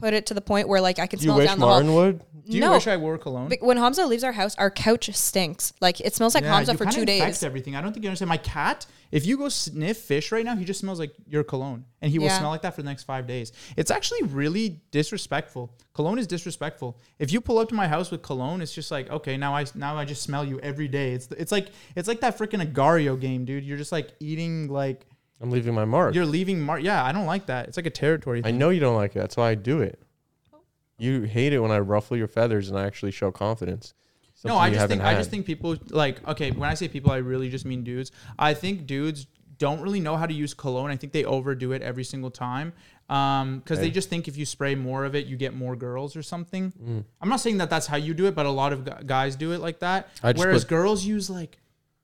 S2: put it to the point where like I can
S3: you
S2: smell it
S3: wish
S2: down the
S3: Marn
S2: hall.
S3: would.
S4: Do you
S2: no,
S4: wish I wore cologne?
S2: Be- when Hamza leaves our house, our couch stinks. Like it smells like
S4: Yeah,
S2: Hamza
S4: you
S2: for
S4: kinda
S2: two
S4: infect
S2: days.
S4: Everything. I don't think you understand. My cat, if you go sniff fish right now, he just smells like your cologne, and he will
S2: Yeah.
S4: smell like that for the next five days. It's actually really disrespectful. Cologne is disrespectful. If you pull up to my house with cologne, it's just like okay, now I now I just smell you every day. It's it's like it's like that freaking Agario game, dude. You're just like eating like
S3: I'm leaving my mark.
S4: you're leaving mark. Yeah, I don't like that. It's like a territory.
S3: I
S4: Thing.
S3: know you don't like it. That's why I do it. You hate it when I ruffle your feathers and I actually show confidence.
S4: No,
S3: Something
S4: I
S3: you
S4: just
S3: haven't
S4: think I just
S3: had.
S4: think people like okay. When I say people, I really just mean dudes. I think dudes don't really know how to use cologne. I think they overdo it every single time because they just think if you spray more of it, you get more girls or something.
S3: Mm.
S4: I'm not saying that that's how you do it, but a lot of gu- guys do it like that.
S3: I just
S4: Whereas
S3: put-
S4: girls use like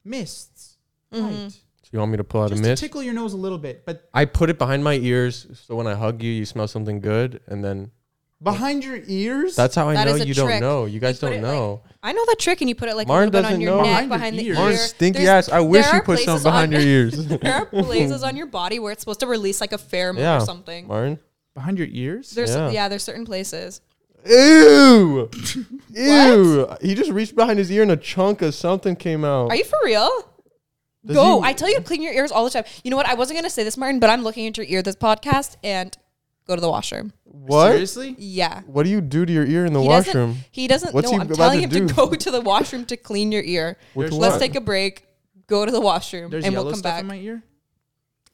S4: mists,
S2: Mm-hmm.
S4: right?
S3: So you want me to pull out
S4: Just
S3: a
S4: to
S3: mist?
S4: tickle your nose a little bit, but
S3: I put it behind my ears so when I hug you, you smell something good, and then
S4: behind your ears.
S3: that's how I
S2: That
S3: know
S2: is a
S3: you
S2: trick.
S3: don't know. You guys
S2: put
S3: don't
S2: it, like-
S3: know.
S2: I know that trick, and you put it like
S3: Marn
S2: a little bit
S3: doesn't
S2: on your
S3: know.
S2: neck,
S4: Behind
S2: behind the
S4: your
S2: ear.
S4: ears. Marn's
S3: stinky
S2: There's-
S3: ass. I wish
S2: there
S3: you
S2: are
S3: put
S2: places
S3: something behind
S2: on- [laughs]
S3: your ears.
S2: there are places on your body where it's supposed to release like a pheromone
S3: yeah,
S2: or something.
S3: Marn.
S4: behind your ears.
S2: There's
S3: Yeah.
S2: yeah. yeah, there's certain places. [laughs]
S3: Ew. Ew. He just reached behind his ear and a chunk of something came out.
S2: Are you for real?
S3: Does
S2: Go.
S3: he-
S2: I tell you to clean your ears all the time. You know what? I wasn't gonna say this, Martin, but I'm looking at your ear this podcast and go to the washroom.
S3: what?
S4: Seriously?
S2: Yeah.
S3: What do you do to your ear in the
S2: He
S3: washroom?
S2: doesn't. He doesn't.
S3: What's
S2: know.
S3: he
S2: I'm
S3: about
S2: telling
S3: to
S2: him
S3: do?
S2: to go to the washroom to clean your ear.
S3: With
S2: Let's
S3: what?
S2: take a break. Go to the washroom,
S4: There's
S2: and
S4: yellow
S2: we'll come
S4: stuff
S2: back.
S4: in my ear.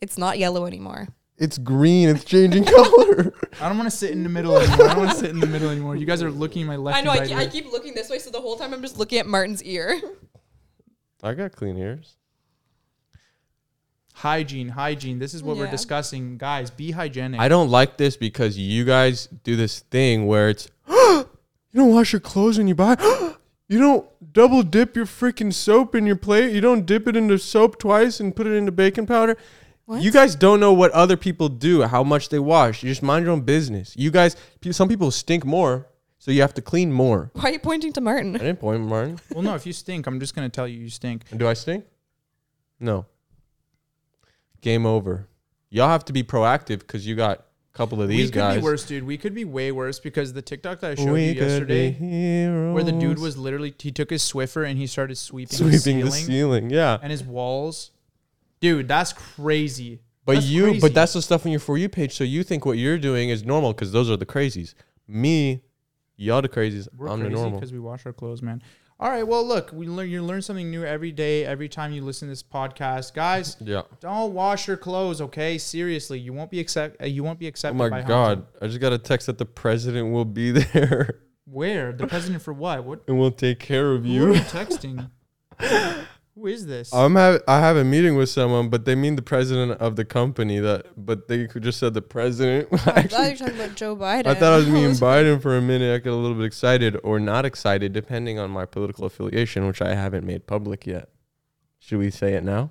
S2: It's not yellow anymore.
S3: It's green. It's changing [laughs] color.
S4: I don't want to sit in the middle anymore. I don't want to sit in the middle anymore. You guys are looking at my left.
S2: I know. I,
S4: and right
S2: ke- I
S4: here.
S2: keep looking this way, so the whole time I'm just looking at Martin's ear. [laughs]
S3: I got clean ears.
S4: hygiene, hygiene. This is what we're
S2: Yeah.
S4: discussing, guys. Be hygienic.
S3: I don't like this because you guys do this thing where it's [gasps] you don't wash your clothes when you buy. [gasps] You don't double dip your freaking soap in your plate. You don't dip it into soap twice and put it into baking powder. You guys don't know what other people do, how much they wash. You just mind your own business. You guys, pe- some people stink more, so you have to clean more.
S2: Why are you pointing to
S3: I [laughs]
S2: Martin?
S3: didn't point, Martin.
S4: Well, no. If you stink, I'm just gonna tell you you stink.
S3: And do I stink? No. Game over. Y'all have to be proactive because you got a couple of these
S4: we could
S3: guys.
S4: be worse, dude. We could be way worse because the TikTok that I showed
S3: We
S4: you
S3: could be
S4: yesterday, where the dude
S3: heroes.
S4: was literally he took his Swiffer and he started sweeping, the
S3: sweeping
S4: ceiling
S3: the ceiling. Yeah,
S4: and his walls. Dude, that's crazy.
S3: but
S4: That's
S3: you,
S4: crazy.
S3: but that's the stuff on your for you page. So you think what you're doing is normal because those are the crazies. Me, y'all the crazies.
S4: We're
S3: I'm the
S4: crazy
S3: normal.
S4: because we wash our clothes, man. All right, well, look, we learn you learn something new every day, every time you listen to this podcast, guys.
S3: Yeah. Oh
S4: Don't wash your clothes, okay? Seriously, you won't be accept. Uh, you won't be
S3: Oh
S4: accepted.
S3: my
S4: by Hamza.
S3: God! I just got a text that the president will be [laughs] there
S4: Where the president for what? What
S3: and will take care of
S4: who
S3: [laughs] you. Um,
S4: are you
S3: [laughs]
S4: texting? Who is this?
S3: I'm have I have a meeting with someone, but they mean the president of the company. That but they could just said the president. [laughs]
S2: I thought you were talking about Joe [laughs] Biden.
S3: I thought I was meeting Biden for a minute. I got a little bit excited or not excited, depending on my political affiliation, which I haven't made public yet. Should we say it now?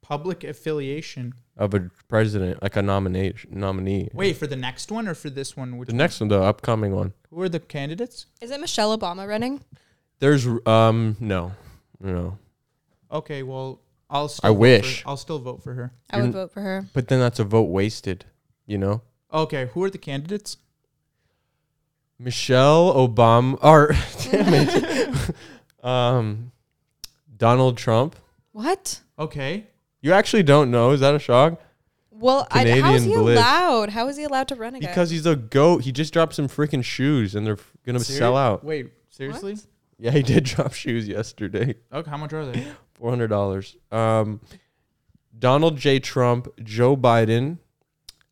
S4: Public affiliation.
S3: Of a president, like a nomination nominee.
S4: Wait for the next one or for this one? Which
S3: The next one, the upcoming one.
S4: who are the candidates?
S2: Isn't Michelle Obama running?
S3: There's um no, no.
S4: Okay, well, I'll. Still vote for-
S3: wish.
S4: I'll still vote for her.
S2: I would vote for her.
S3: But then that's a vote wasted, you know.
S4: Okay, who are the candidates?
S3: Michelle Obama or [laughs] damn it, um, Donald Trump.
S2: What?
S4: Okay,
S3: You actually don't know? Is that a shock?
S2: Well, I, how is
S3: Canadian
S2: he
S3: Blitz.
S2: allowed? How is he allowed to run again?
S3: Because he's a goat. He just dropped some freaking shoes, and they're f- gonna
S4: Seri-
S3: sell out.
S4: Wait, seriously?
S3: Yeah, he did [laughs] drop shoes yesterday.
S4: Okay, how much are they?
S3: Four hundred dollars. Um, Donald J. Trump, Joe Biden.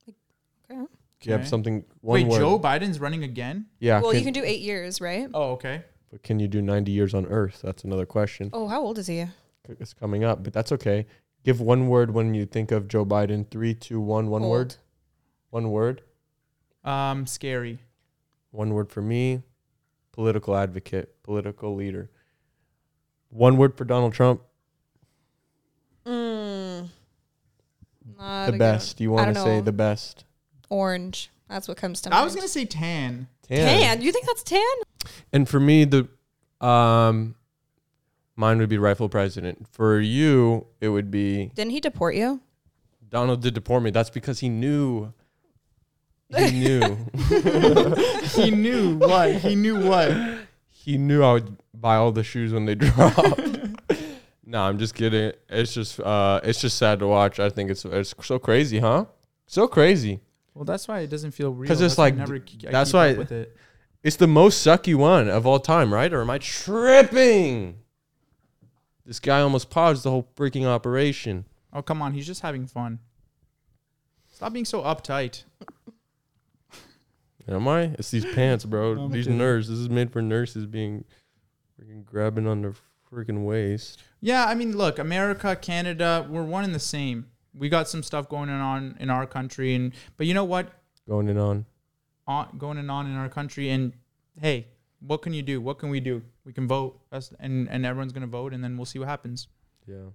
S2: Okay.
S3: Do you have
S4: Okay.
S3: something? One
S4: Wait,
S3: word.
S4: Joe Biden's running again?
S3: Yeah.
S2: well,
S3: can,
S2: you can do eight years, right?
S4: Oh, okay.
S3: but can you do ninety years on Earth? That's another question.
S2: Oh, how old is he?
S3: It's coming up, but that's okay. Give one word when you think of Joe Biden. Three, two, one. One
S2: Old.
S3: word. One word.
S4: Um, scary.
S3: One word for me. Political advocate. Political leader. One word for Donald Trump.
S2: Mm, not a
S3: the
S2: good
S3: best. You
S2: I
S3: want to
S2: don't
S3: say
S2: know.
S3: the best.
S2: Orange. That's what comes to mind.
S4: I was gonna say tan.
S3: Tan.
S2: tan. You think that's tan?
S3: And for me, the um, mine would be rightful president. For you, it would be
S2: Didn't he deport you?
S3: Donald did deport me. That's because he knew.
S2: [laughs]
S3: He knew.
S4: He knew what? He knew what?
S3: he knew I would buy all the shoes when they [laughs] dropped. no, I'm just kidding. It's just uh, it's just sad to watch. I think it's it's so crazy, huh? So crazy.
S4: Well, that's why it doesn't feel real.
S3: 'Cause it's
S4: That's why I
S3: like-
S4: ke- I
S3: that's
S4: keep up
S3: why-
S4: With it.
S3: It's the most sucky one of all time, right? Or am I tripping? This guy almost paused the whole freaking operation.
S4: Oh come on, he's just having fun. Stop being so uptight.
S3: Am I? It's these pants, bro.
S4: I'm
S3: these
S4: kidding.
S3: nurses. This is made for nurses being freaking grabbing on their freaking waist.
S4: Yeah, I mean, look, America, Canada, we're one and the same. We got some stuff going on in our country, and but you know what?
S3: Going and on.
S4: On, going and on in our country, and hey, what can you do? What can we do? We can vote, that's, and and everyone's gonna vote, and then we'll see what happens.
S3: Yeah.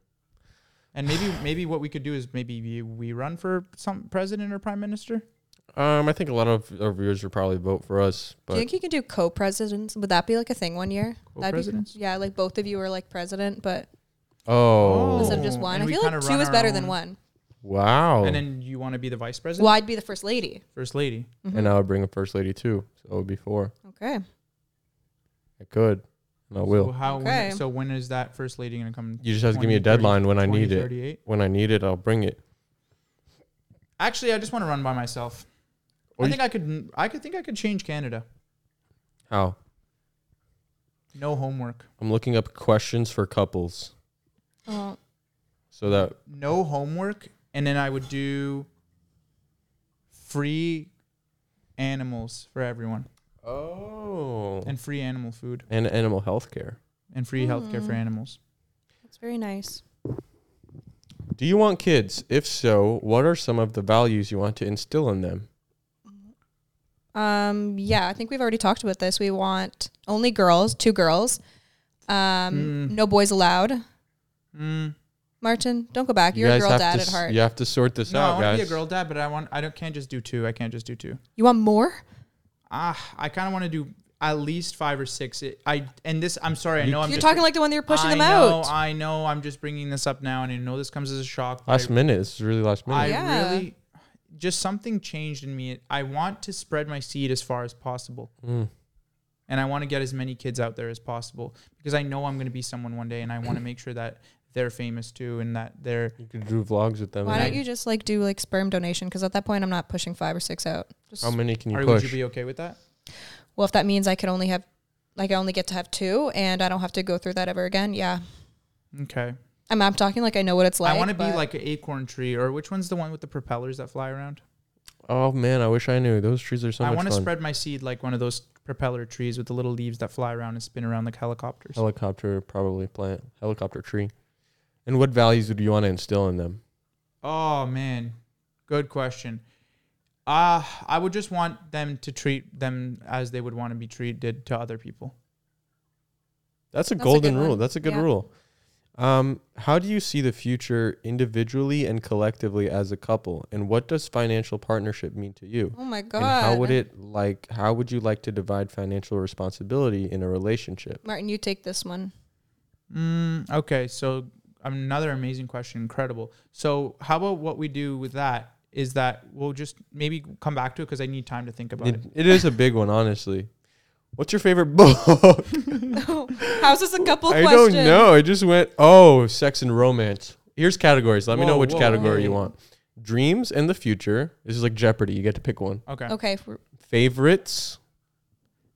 S4: And maybe maybe what we could do is maybe we, we run for some president or prime minister.
S3: Um, I think a lot of our viewers would probably vote for us,
S2: do you
S3: but
S2: think you could do co-presidents? Would that be like a thing one year? That'd be-
S4: Co-presidents?
S2: yeah, like both of you are like president, but
S3: oh,
S2: instead of just
S4: Oh,
S2: one,
S4: and
S2: I
S4: we
S2: feel like
S4: kinda
S2: two
S4: run
S2: is
S4: our
S2: better than
S4: own.
S2: one.
S3: wow.
S4: And then you want to be the vice president,
S2: Well, I'd be the first lady.
S4: first lady.
S2: Mm-hmm.
S3: and I would bring a first lady too, so it would be four.
S2: Okay.
S3: I could, and I
S4: So
S3: will.
S4: how? when-
S2: Okay.
S4: so when is that first lady gonna come?
S3: You just have to give me a deadline when I need it.
S4: 2038?
S3: When I need it, I'll bring it.
S4: Actually, I just want to run by myself.
S3: Or
S4: I
S3: you-
S4: think I could. I could think I could change Canada.
S3: How?
S4: No homework.
S3: I'm looking up questions for couples
S2: Oh,
S3: so that
S4: No homework and then I would do free animals for everyone
S3: Oh. And,
S4: and free animal food
S3: animal health care.
S4: and free healthcare
S2: Mm-hmm.
S4: for animals.
S2: That's very nice.
S3: Do you want kids? If so, what are some of the values you want to instill in them?
S2: Um, yeah, I think we've already talked about this. We want only girls, two girls.
S4: Hmm.
S2: Um, no boys allowed. Martin, don't go back. You're a girl
S3: have
S2: dad
S3: to,
S2: at
S3: s-
S2: heart.
S3: You have to sort this
S4: No, I
S3: out,
S4: want to
S3: guys.
S4: be a girl dad, but I want I don't can't just do two. I can't just do two.
S2: You want more?
S4: Ah, I kind of want to do at least five or six. It, I and this I'm sorry. I know I'm
S2: You're
S4: just-
S2: talking like the one that you're pushing
S4: I
S2: them
S4: know,
S2: out.
S4: I know. I'm just bringing this up now, and I know this comes as a shock. but
S3: Last
S4: I,
S3: minute. This is really last minute.
S4: I
S2: Yeah.
S4: really just something changed in me. I want to spread my seed as far as possible.
S3: Mm.
S4: And I want to get as many kids out there as possible because I know I'm going to be someone one day and I want to make sure that they're famous too and that they're
S3: you could do vlogs with them.
S2: Why
S3: and
S2: don't you just like do like sperm donation? Because at that point, I'm not pushing five or six out. Just,
S3: How many can you
S4: Are, would
S3: push?
S4: you be okay with that?
S2: well, if that means I could only have, like, I only get to have two, and I don't have to go through that ever again. Yeah,
S4: Okay.
S2: I'm, I'm talking like I know what it's like.
S4: I want to be
S2: but-
S4: like an acorn tree or which one's the one with the propellers that fly around?
S3: oh man, I wish I knew. Those trees are so
S4: I
S3: much
S4: want to
S3: fun.
S4: spread my seed like one of those propeller trees with the little leaves that fly around and spin around like helicopters.
S3: helicopter probably plant helicopter tree. And what values do you want to instill in them?
S4: Oh man, good question. Uh, I would just want them to treat them as they would want to be treated to other people.
S3: That's a
S2: That's a
S3: golden
S2: good
S3: rule.
S2: one.
S3: That's a good
S2: Yeah.
S3: rule. Um, how do you see the future individually and collectively as a couple? And what does financial partnership mean to you?
S2: oh my god.
S3: And how would it like how would you like to divide financial responsibility in a relationship?
S2: Martin, you take this
S4: [laughs]
S2: one.
S4: Mm, okay, so another amazing question, incredible. So how about what we do with that? Is that we'll just maybe come back to it because I need time to think about
S3: It,
S4: it.
S3: it is a big one, honestly. What's your favorite book?
S2: How's this a couple
S3: [laughs] I
S2: question?
S3: don't know. I just went, oh, sex and romance. Here's categories. Let me know
S4: Whoa,
S3: which
S4: whoa,
S3: category
S4: hey.
S3: you want. Dreams and the future. This is like Jeopardy. You get to pick one.
S4: Okay.
S2: Okay, if we're-
S3: Favorites,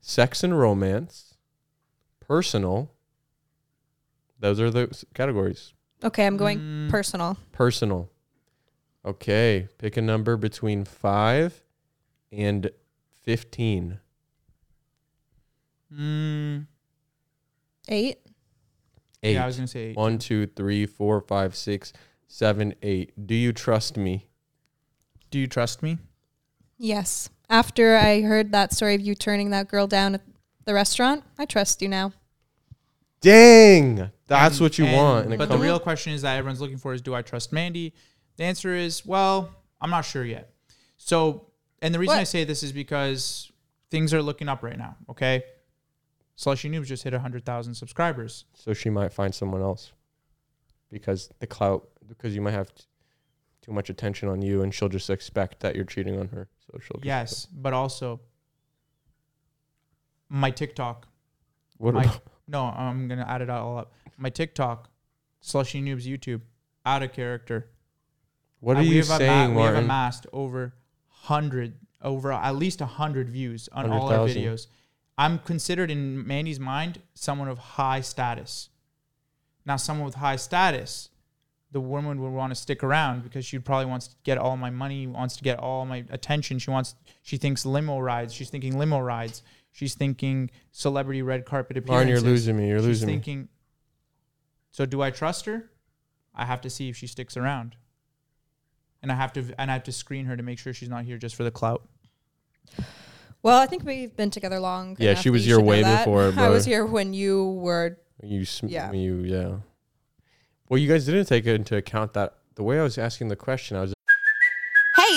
S3: sex and romance, personal. Those are the s- categories.
S2: okay, I'm going
S4: Mm.
S2: personal.
S3: Personal. Okay. Pick a number between five and 15.
S4: Mm,
S2: Eight.
S3: Eight.
S4: Yeah, I was gonna say eight.
S3: One, two, three, four, five, six, seven, eight. Do you trust me?
S4: Do you trust me?
S2: Yes. After I heard that story of you turning that girl down at the restaurant, I trust you now.
S3: Dang, that's what you
S4: And-
S3: want. in a
S4: but the
S3: couple.
S4: real question is that everyone's looking for is do I trust Mandy? The answer is well, I'm not sure yet. So, and the reason I
S2: What?
S4: say this is because things are looking up right now. Okay, Slushy Noobs just hit hundred thousand subscribers.
S3: so she might find someone else because the clout, because you might have t- too much attention on you, and she'll just expect that you're cheating on her. So she'll. just-
S4: Yes, but also my TikTok.
S3: What
S4: My,
S3: about-
S4: no, I'm gonna add it all up. My TikTok, Slushy Noobs YouTube, out of character.
S3: [laughs] what are
S4: And Uh, we
S3: you
S4: have ama-
S3: saying,
S4: We have
S3: Martin?
S4: amassed over hundred, over at least hundred views on all our
S3: 100,000.
S4: videos. I'm considered in Mandy's mind someone of high status. Now, someone with high status, the woman would want to stick around because she probably wants to get all my money, wants to get all my attention. She wants, she thinks limo rides. She's thinking limo rides. She's thinking celebrity red carpet
S3: Martin,
S4: appearances.
S3: you're losing me. You're
S4: She's
S3: losing me.
S4: thinking. So do I trust her? I have to see if she sticks around. And I have to and I have to screen her to make sure she's not here just for the clout.
S2: Well, I think we've been together long.
S3: Yeah,
S2: enough
S3: she
S2: that
S3: was
S2: you
S3: here
S2: should know
S3: way
S2: that. [laughs]
S3: before,
S2: I
S3: bro.
S2: was here when you were.
S3: You, sm-
S2: Yeah.
S3: you, yeah. Well, you guys didn't take into account that the way I was asking the question, I was
S6: Hey,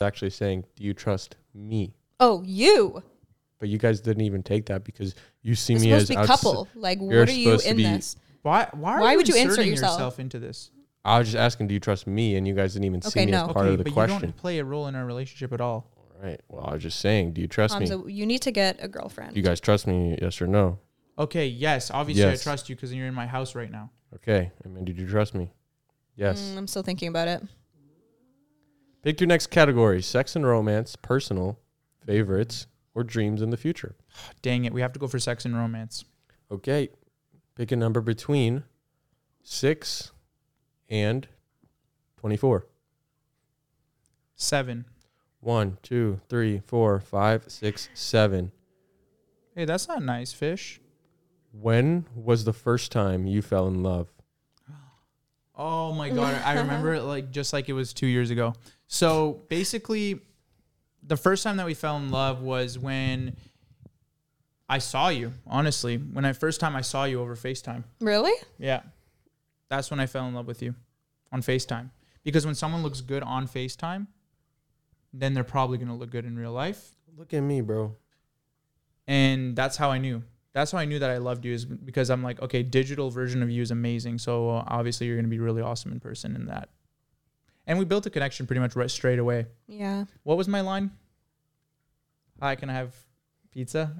S3: actually saying, "Do you trust me?"
S2: Oh, you.
S3: But you guys didn't even take that because you see
S2: You're
S3: me
S2: supposed
S3: as
S2: to be
S3: outs-
S2: couple. Like,
S3: You're
S2: what are you
S3: supposed to
S2: in
S3: be-
S2: this?
S4: Why why, are
S2: Why
S4: you
S2: would you insert
S4: inserting
S2: yourself?
S4: into this?
S3: I was just asking, do you trust me? And you guys didn't even see
S2: Okay,
S3: me
S2: no.
S3: as part
S4: okay,
S3: of the
S4: but you
S3: question.
S4: don't play a role in our relationship at all.
S3: Right. Well, I was just saying, do you trust me?
S2: Hamza, you need to get a girlfriend.
S3: Do you guys trust me? Yes or no?
S4: Okay, yes, obviously
S3: Yes.
S4: I trust you because you're in my house right now.
S3: Okay. I mean, did you trust me? Yes.
S2: Mm, I'm still thinking about it.
S3: Pick your next category sex and romance, personal, favorites, or dreams in the future.
S4: Dang it, we have to go for sex and romance.
S3: Okay. Pick a number between six and 24.
S4: Seven.
S3: One, two, three, four, five, six, seven.
S4: Hey, that's not nice, fish.
S3: When was the first time you fell in love?
S4: Oh [laughs] my god, I remember it like just like it was two years ago. So basically, the first time that we fell in love was when I saw you. Honestly, when I first time I saw you over Facetime.
S2: Really?
S4: Yeah, that's when I fell in love with you on Facetime. Because when someone looks good on Facetime, then they're probably gonna look good in real life,
S3: Look at me, bro.
S4: and that's how I knew. That's how I knew that I loved you is because I'm like, okay, digital version of you is amazing. So uh, obviously you're gonna be really awesome in person in that. And we built a connection pretty much right straight away.
S2: Yeah. [laughs]
S4: What was my line? Hi, can I have pizza?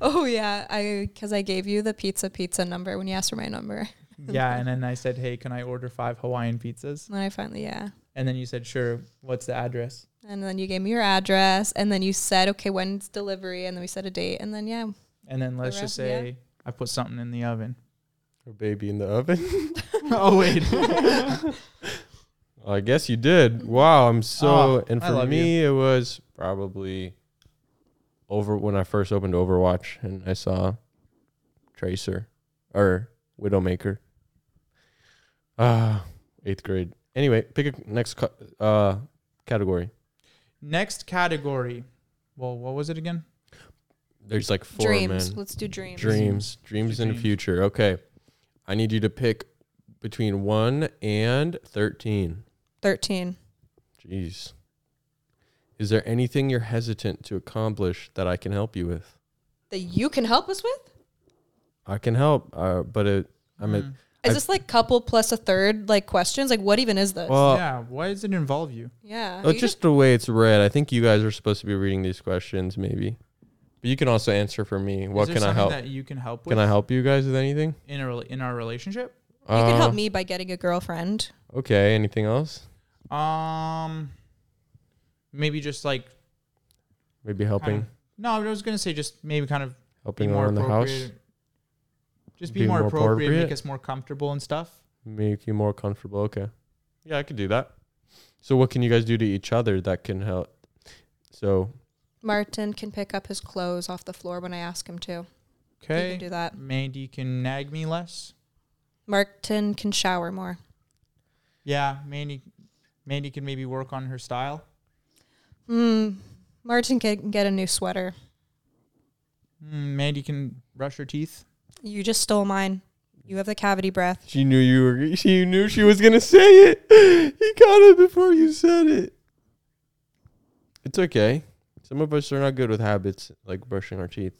S2: Oh yeah. I because I gave you the pizza pizza number when you asked for my number.
S4: yeah, and then I said, hey, can I order five Hawaiian pizzas?
S2: And then I finally yeah.
S4: And then you said, sure. What's the address?
S2: And then you gave me your address, and then you said, "Okay, when's delivery?" And then we set a date, and then yeah,
S4: And then let's
S2: The
S4: just
S2: rest- yeah.
S4: say I put something in the oven.
S3: A baby in the [laughs] oven?
S4: oh
S3: [laughs]
S4: wait.
S3: I guess you did. Wow, I'm so.
S4: Oh,
S3: and
S4: I
S3: for
S4: love
S3: me, it was probably over when I first opened Overwatch and I saw Tracer or Widowmaker. Ah, eighth grade. Anyway, pick a next co- uh, category.
S4: Next category. Well, what was it again?
S3: There's like four
S2: dreams.
S3: man.
S2: Let's do dreams.
S3: Dreams, dreams in the
S4: Dreams.
S3: future. Okay, I need you to pick between one and thirteen.
S2: Thirteen.
S3: Jeez. Is there anything you're hesitant to accomplish that I can help you with?
S2: That you can help us with?
S3: I can help, uh, but it, I'm a,
S2: Is
S3: I-
S2: this like couple plus a third like questions? Like what even is this?
S3: well.
S4: yeah. Why does it involve you?
S2: yeah.
S3: oh,
S2: you
S3: just the way it's read. I think you guys are supposed to be reading these questions, maybe. But you can also answer for me. What
S4: Is there
S3: can I
S4: something
S3: help?
S4: That you can help with?
S3: Can I help you guys with anything? Uh,
S4: in a rela- in our relationship?
S2: you could help me by getting a girlfriend.
S3: Okay. Anything else?
S4: Um, maybe just like
S3: Maybe
S4: kind of-
S3: helping,
S4: no, I was gonna say just maybe kind of be
S3: helping
S4: more
S3: around the house,
S4: appropriate. Just be, more, appropriate, make us more comfortable and stuff.
S3: make you more comfortable. Okay. Yeah, I could do that. So, what can you guys do to each other that can help? So,
S2: Martin can pick up his clothes off the floor when I ask him to.
S4: Okay.
S2: He can do that.
S4: Mandy can nag me less.
S2: Martin can shower more.
S4: Yeah, Mandy. Mandy can maybe work on her style.
S2: Hmm. Martin can get a new sweater.
S4: Mm, Mandy can brush her teeth.
S2: You just stole mine. You have the cavity breath.
S3: She knew you were. She knew she was gonna say it. [gasps] He got it before you said it. It's okay. Some of us are not good with habits like brushing our teeth.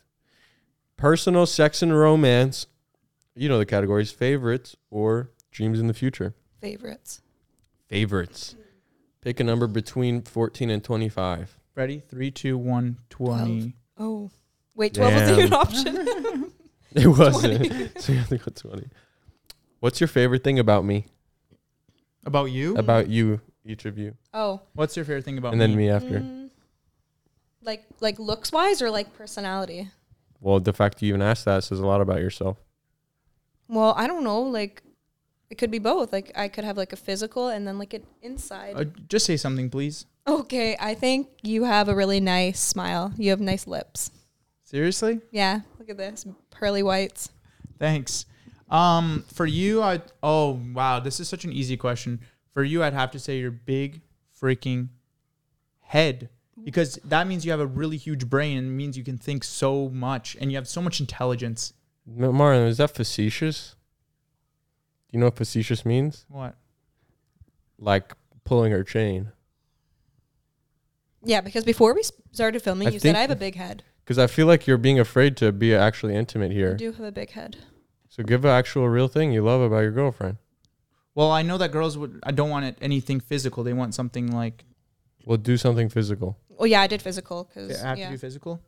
S3: Personal, sex, and romance. You know the categories: favorites or dreams in the future.
S2: Favorites.
S3: Favorites. Pick a number between fourteen and twenty-five.
S4: Ready? Three, two, one, twenty.
S2: Oh. Wait, 12 wasn't
S3: Damn.
S2: even an option.
S3: [laughs]
S2: [laughs]
S3: It wasn't. [laughs] so you have to go twenty. What's your favorite thing about me?
S4: About you?
S3: About you, each of you,
S2: oh.
S4: What's your favorite thing about
S3: and
S4: me?
S3: then me after.
S2: Like like looks wise or like personality?
S3: Well, the fact you even asked that says a lot about yourself.
S2: Well, I don't know, like it could be both. Like I could have like a physical and then like an inside.
S4: Uh, just say something, please.
S2: okay, I think you have a really nice smile. You have nice lips.
S4: Seriously?
S2: Yeah, look at this. Pearly whites.
S4: Thanks. Um, for you, I oh wow, this is such an easy question. For you, I'd have to say your big freaking head because that means you have a really huge brain and means you can think so much and you have so much intelligence.
S3: No, Marlon, is that facetious? Do you know what facetious means?
S4: What?
S3: Like pulling her chain.
S2: Yeah, because before we s- started filming,
S3: I
S2: you said
S3: think-
S2: I have a big head.
S3: Because I feel like you're being afraid to be actually intimate
S2: I
S3: here.
S2: do have a big head.
S3: So give an actual real thing you love about your girlfriend.
S4: Well, I know that girls would. I don't want it, anything physical. They want something like
S3: Well, do something physical.
S2: Well, yeah, I did physical because
S4: They have
S2: yeah,
S4: to be physical.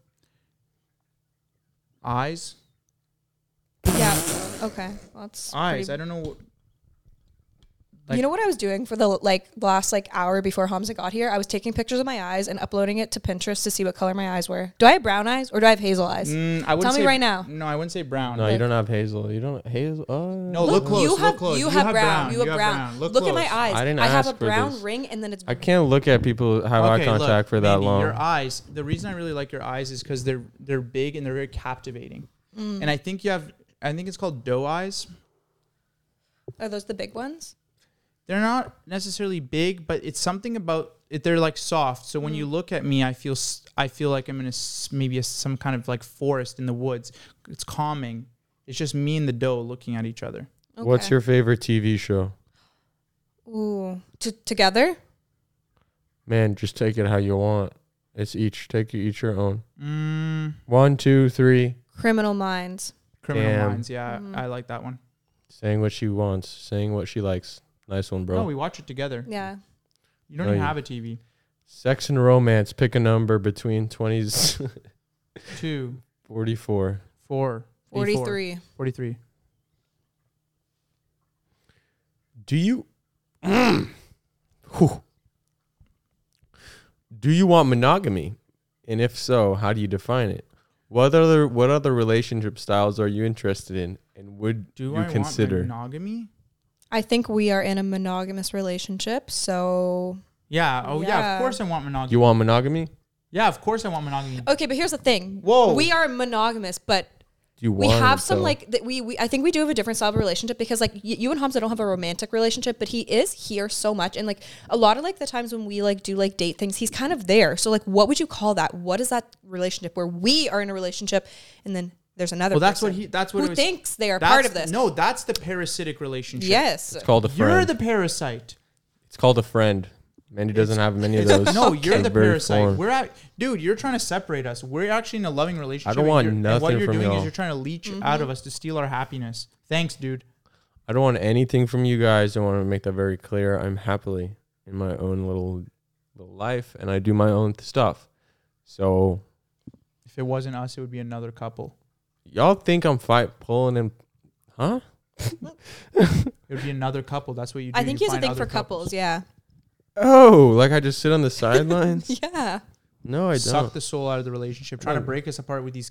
S4: Eyes,
S2: yeah. Okay, well, that's
S4: eyes.
S2: pretty-
S4: I don't know. what-
S2: you know what I was doing for the like last like hour before Hamza got here? I was taking pictures of my eyes and uploading it to Pinterest to see what color my eyes were. Do I have brown eyes or do I have hazel eyes?
S4: Mm, I wouldn't
S2: Tell me
S4: say-
S2: right now.
S4: No, I wouldn't say brown.
S3: No, you don't have hazel. You don't hazel. Uh,
S4: No, look, close.
S2: You
S4: look
S2: have
S4: close.
S2: you have brown. You have brown. Look, at my eyes.
S3: I didn't
S2: have
S3: ask
S2: a
S3: for
S2: brown
S3: this.
S2: ring and then it's
S3: I can't look at people have eye
S4: Okay, look,
S3: contact for that
S4: Mandy,
S3: long.
S4: Your eyes. The reason I really like your eyes is because they're they're big and they're very captivating. And I think you have. I think it's called doe eyes.
S2: are those the big ones?
S4: They're not necessarily big, but it's something about it. They're like soft. So when you look at me, I feel s- I feel like I'm in a s- maybe a, some kind of like forest in the woods. It's calming. It's just me and the doe looking at each other.
S3: What's your favorite TV show?
S2: Ooh, T- together?
S3: Man, just take it how you want. It's each take each your own. One, two, three.
S2: Criminal Minds.
S4: Criminal
S3: Damn.
S4: Minds. Yeah, I like that one.
S3: Saying what she wants, saying what she likes. Nice one, bro.
S4: No, we watch it together.
S2: Yeah.
S4: You don't
S3: No,
S4: even
S3: you-
S4: have a TV.
S3: Sex and romance. Pick a number between twenties, [laughs]
S4: Two,
S3: forty-four.
S4: four, 84,
S2: 43.
S4: 43.
S3: Do you? [clears throat] Whew. Do you want monogamy? And if so, how do you define it? What other what other relationship styles are you interested in, and would
S4: Do
S3: you
S4: I
S3: consider?
S4: want monogamy?
S2: I think we are in a monogamous relationship, so
S4: Yeah. Oh, yeah.
S2: Yeah.
S4: Of course I want monogamy.
S3: you want monogamy?
S4: yeah, of course I want monogamy.
S2: Okay, but here's the thing.
S4: Whoa.
S2: We are monogamous, but
S3: Do you
S2: we
S3: want
S2: have
S3: it,
S2: some
S3: though?
S2: like that we, we I think we do have a different style of relationship because like y- you and Hamza don't have a romantic relationship, but he is here so much and like a lot of like the times when we like do like date things, he's kind of there. So like what would you call that? What is that relationship where we are in a relationship and then there's another
S4: Well, that's
S2: person
S4: what he. That's what
S2: who
S4: it was-
S2: thinks they are
S4: that's-
S2: part of this.
S4: No, that's the parasitic relationship.
S2: Yes.
S3: It's called a friend.
S4: You're the parasite.
S3: it's called a friend. Mandy doesn't have many of those.
S4: No, you're
S3: It's
S4: the
S3: very
S4: parasite.
S3: foreign.
S4: We're at, dude. You're trying to separate us. We're actually in a loving relationship.
S3: I don't want
S4: and you're- And what
S3: nothing
S4: you're
S3: from
S4: doing
S3: y'all.
S4: is you're trying to leech
S2: Mm-hmm.
S4: out of us to steal our happiness. Thanks, dude.
S3: I don't want anything from you guys. I want to make that very clear. I'm happily in my own little little life, and I do my own stuff. So
S4: If it wasn't us, it would be another couple.
S3: y'all think I'm fight pulling and huh?
S4: It would be another couple. That's what you do.
S2: I think
S4: you
S2: he has a
S4: find
S2: thing
S4: other
S2: for couples,
S3: [laughs]
S2: yeah.
S3: Oh, like I just
S2: [laughs]
S3: sit on the sidelines?
S2: Yeah.
S3: No, I
S4: Suck
S3: don't.
S4: the soul out of the relationship. Trying to break us apart with these.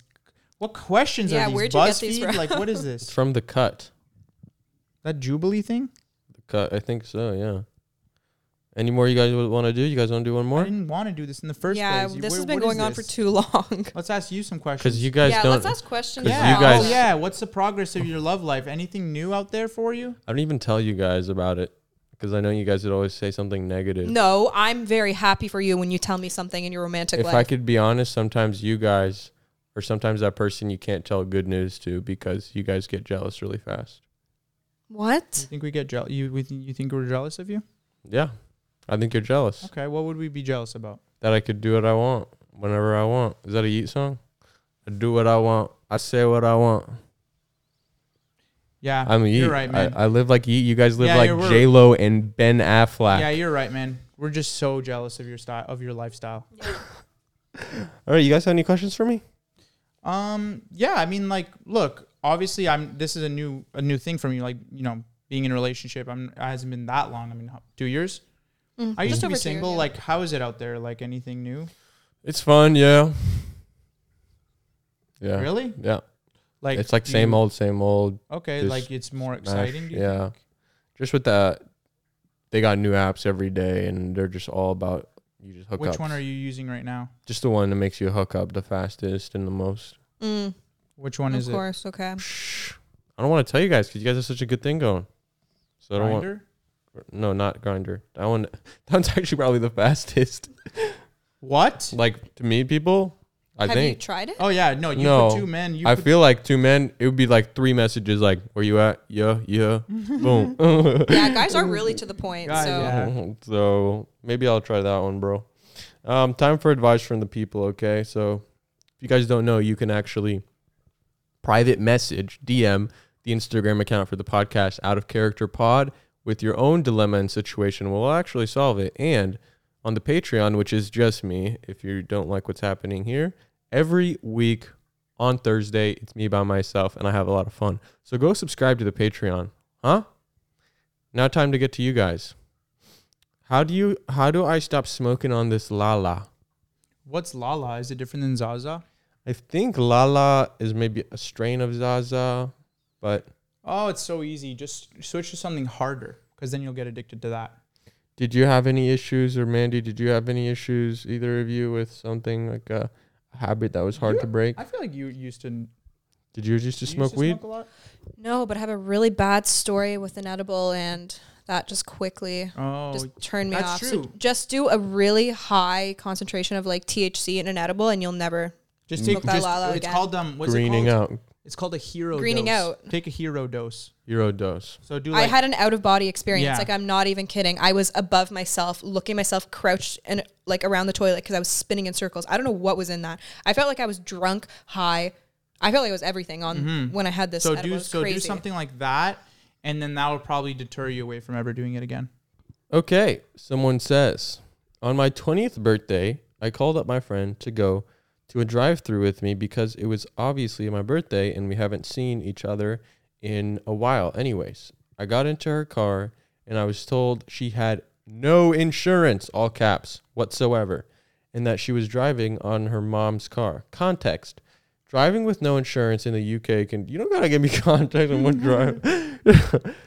S4: What questions
S2: Yeah,
S4: are these?
S2: where'd you
S4: BuzzFeed?
S2: get these from?
S4: Like, what is
S3: It's [laughs]
S4: this?
S3: from the cut.
S4: That Jubilee thing?
S3: The cut. I think so. Yeah. Any more you guys want to do? You guys want to do one
S4: I
S3: more?
S4: didn't want to do this in the first
S2: yeah,
S4: place. You-
S2: this
S4: where-
S2: has been
S4: what is
S2: going on for
S4: this?
S2: too [laughs] long.
S4: Let's ask you some questions.
S3: Because you guys
S2: yeah,
S3: don't.
S2: let's ask questions.
S3: 'cause you
S4: yeah,
S2: about
S3: guys-
S4: oh,
S2: that.
S4: yeah. What's the progress of your love life? Anything new out there for you?
S3: I don't even tell you guys about it because I know you guys would always say something negative.
S2: No, I'm very happy for you when you tell me something in your romantic
S3: if
S2: life.
S3: I could be honest, sometimes you guys, or sometimes that person you can't tell good news to because you guys get jealous really fast.
S2: what?
S4: You think we get jealous? You we, you think we're jealous of you?
S3: Yeah, I think you're jealous
S4: Okay, what would we be jealous about?
S3: that I could do what I want whenever I want. Is that a Yeet song? I do what I want. I say what I want.
S4: Yeah,
S3: I'm a Yeet.
S4: you're right, man.
S3: I, I live like Yeet. You guys live
S4: Yeah, you're-
S3: like
S4: we're-
S3: J Lo and Ben Affleck.
S4: yeah, you're right, man. We're just so jealous of your style, of your lifestyle.
S3: All right, you guys have any questions for me?
S4: Um, yeah, I mean, like, look, obviously, I'm. This is a new a new thing for me. Like, you know, being in a relationship, I'm. It hasn't been that long. I mean, how- two years. I used
S2: Mm, Just over
S4: to be
S2: two years,
S4: single.
S2: yeah.
S4: Like, how is it out there? Like, anything new?
S3: It's fun. Yeah. Yeah.
S4: Really?
S3: Yeah.
S4: Like,
S3: it's like
S4: do
S3: same
S4: you-
S3: old, same old.
S4: Okay,
S3: just
S4: like it's more
S3: smash,
S4: exciting. do you
S3: yeah.
S4: think?
S3: Just with the, they got new apps every day, and they're just all about you just hook
S4: Which
S3: up.
S4: one are you using right now?
S3: Just the one that makes you hook up the fastest and the most.
S2: Mm,
S4: Which one
S2: of
S4: is
S2: course. Okay.
S3: I don't want to tell you guys because you guys have such a good thing going.
S4: it?
S3: So I don't want.
S4: Grindr?
S3: No, not grinder. That one. [laughs] That one's actually probably the fastest. [laughs]
S4: What?
S3: Like to meet people, I
S2: Have you
S3: think.
S2: tried it?
S4: Oh yeah, no, you
S3: no,
S4: put two men. You
S3: I
S4: put
S3: feel like two men. It would be like three messages. Like, where you at? Yeah, yeah.
S2: [laughs]
S3: Boom. [laughs]
S2: yeah, guys are really to the point.
S4: Yeah,
S2: so
S4: yeah.
S3: so maybe I'll try that one, bro. Um, time for advice from the people. Okay, so if you guys don't know, you can actually private message DM the Instagram account for the podcast Out of Character Pod with your own dilemma and situation, we'll actually solve it. And on the Patreon, which is just me, if you don't like what's happening here, every week on Thursday, it's me by myself and I have a lot of fun. So go subscribe to the Patreon. Huh? Now time to get to you guys. How do you how do I stop smoking on this Lala?
S4: What's Lala? Is it different than Zaza?
S3: I think Lala is maybe a strain of Zaza, but
S4: Oh, it's so easy. Just switch to something harder because then you'll get addicted to that.
S3: did you have any issues or Mandy, did you have any issues either of you with something like a habit that was hard to break?
S4: I feel like you used to you
S3: Did you used to
S4: used
S3: smoke
S4: to
S3: weed?
S4: a lot.
S2: No, but I have a really bad story with an edible, and that just quickly
S4: Oh,
S2: just turned me
S4: that's
S2: off. So
S4: true.
S2: just do a really high concentration of like THC in an edible, and you'll never.
S4: just
S2: Smoke
S4: take
S2: that
S4: just,
S2: Lala
S4: It's
S2: again.
S4: called um. What's
S3: Greening
S4: it called?
S3: out,
S4: It's called a hero.
S2: Greening
S4: dose.
S2: out.
S4: Take a hero dose.
S3: hero dose.
S4: So do like
S2: I had an out of body experience.
S4: Yeah.
S2: Like I'm not even kidding. I was above myself, looking myself crouched and like around the toilet because I was spinning in circles. I don't know what was in that. I felt like I was drunk, high. I felt like it was everything on when I had this.
S4: Mm-hmm. so
S2: edible. It
S4: do
S2: was
S4: so
S2: crazy.
S4: do something like that, and then that will probably deter you away from ever doing it again.
S3: Okay, someone says, on my 20th birthday, I called up my friend to go to a drive through with me because it was obviously my birthday and we haven't seen each other in a while, anyways. I got into her car and I was told she had no insurance, all caps, whatsoever, and that she was driving on her mom's car. Context driving with no insurance in the UK can, you don't gotta give me [laughs] context on what drive.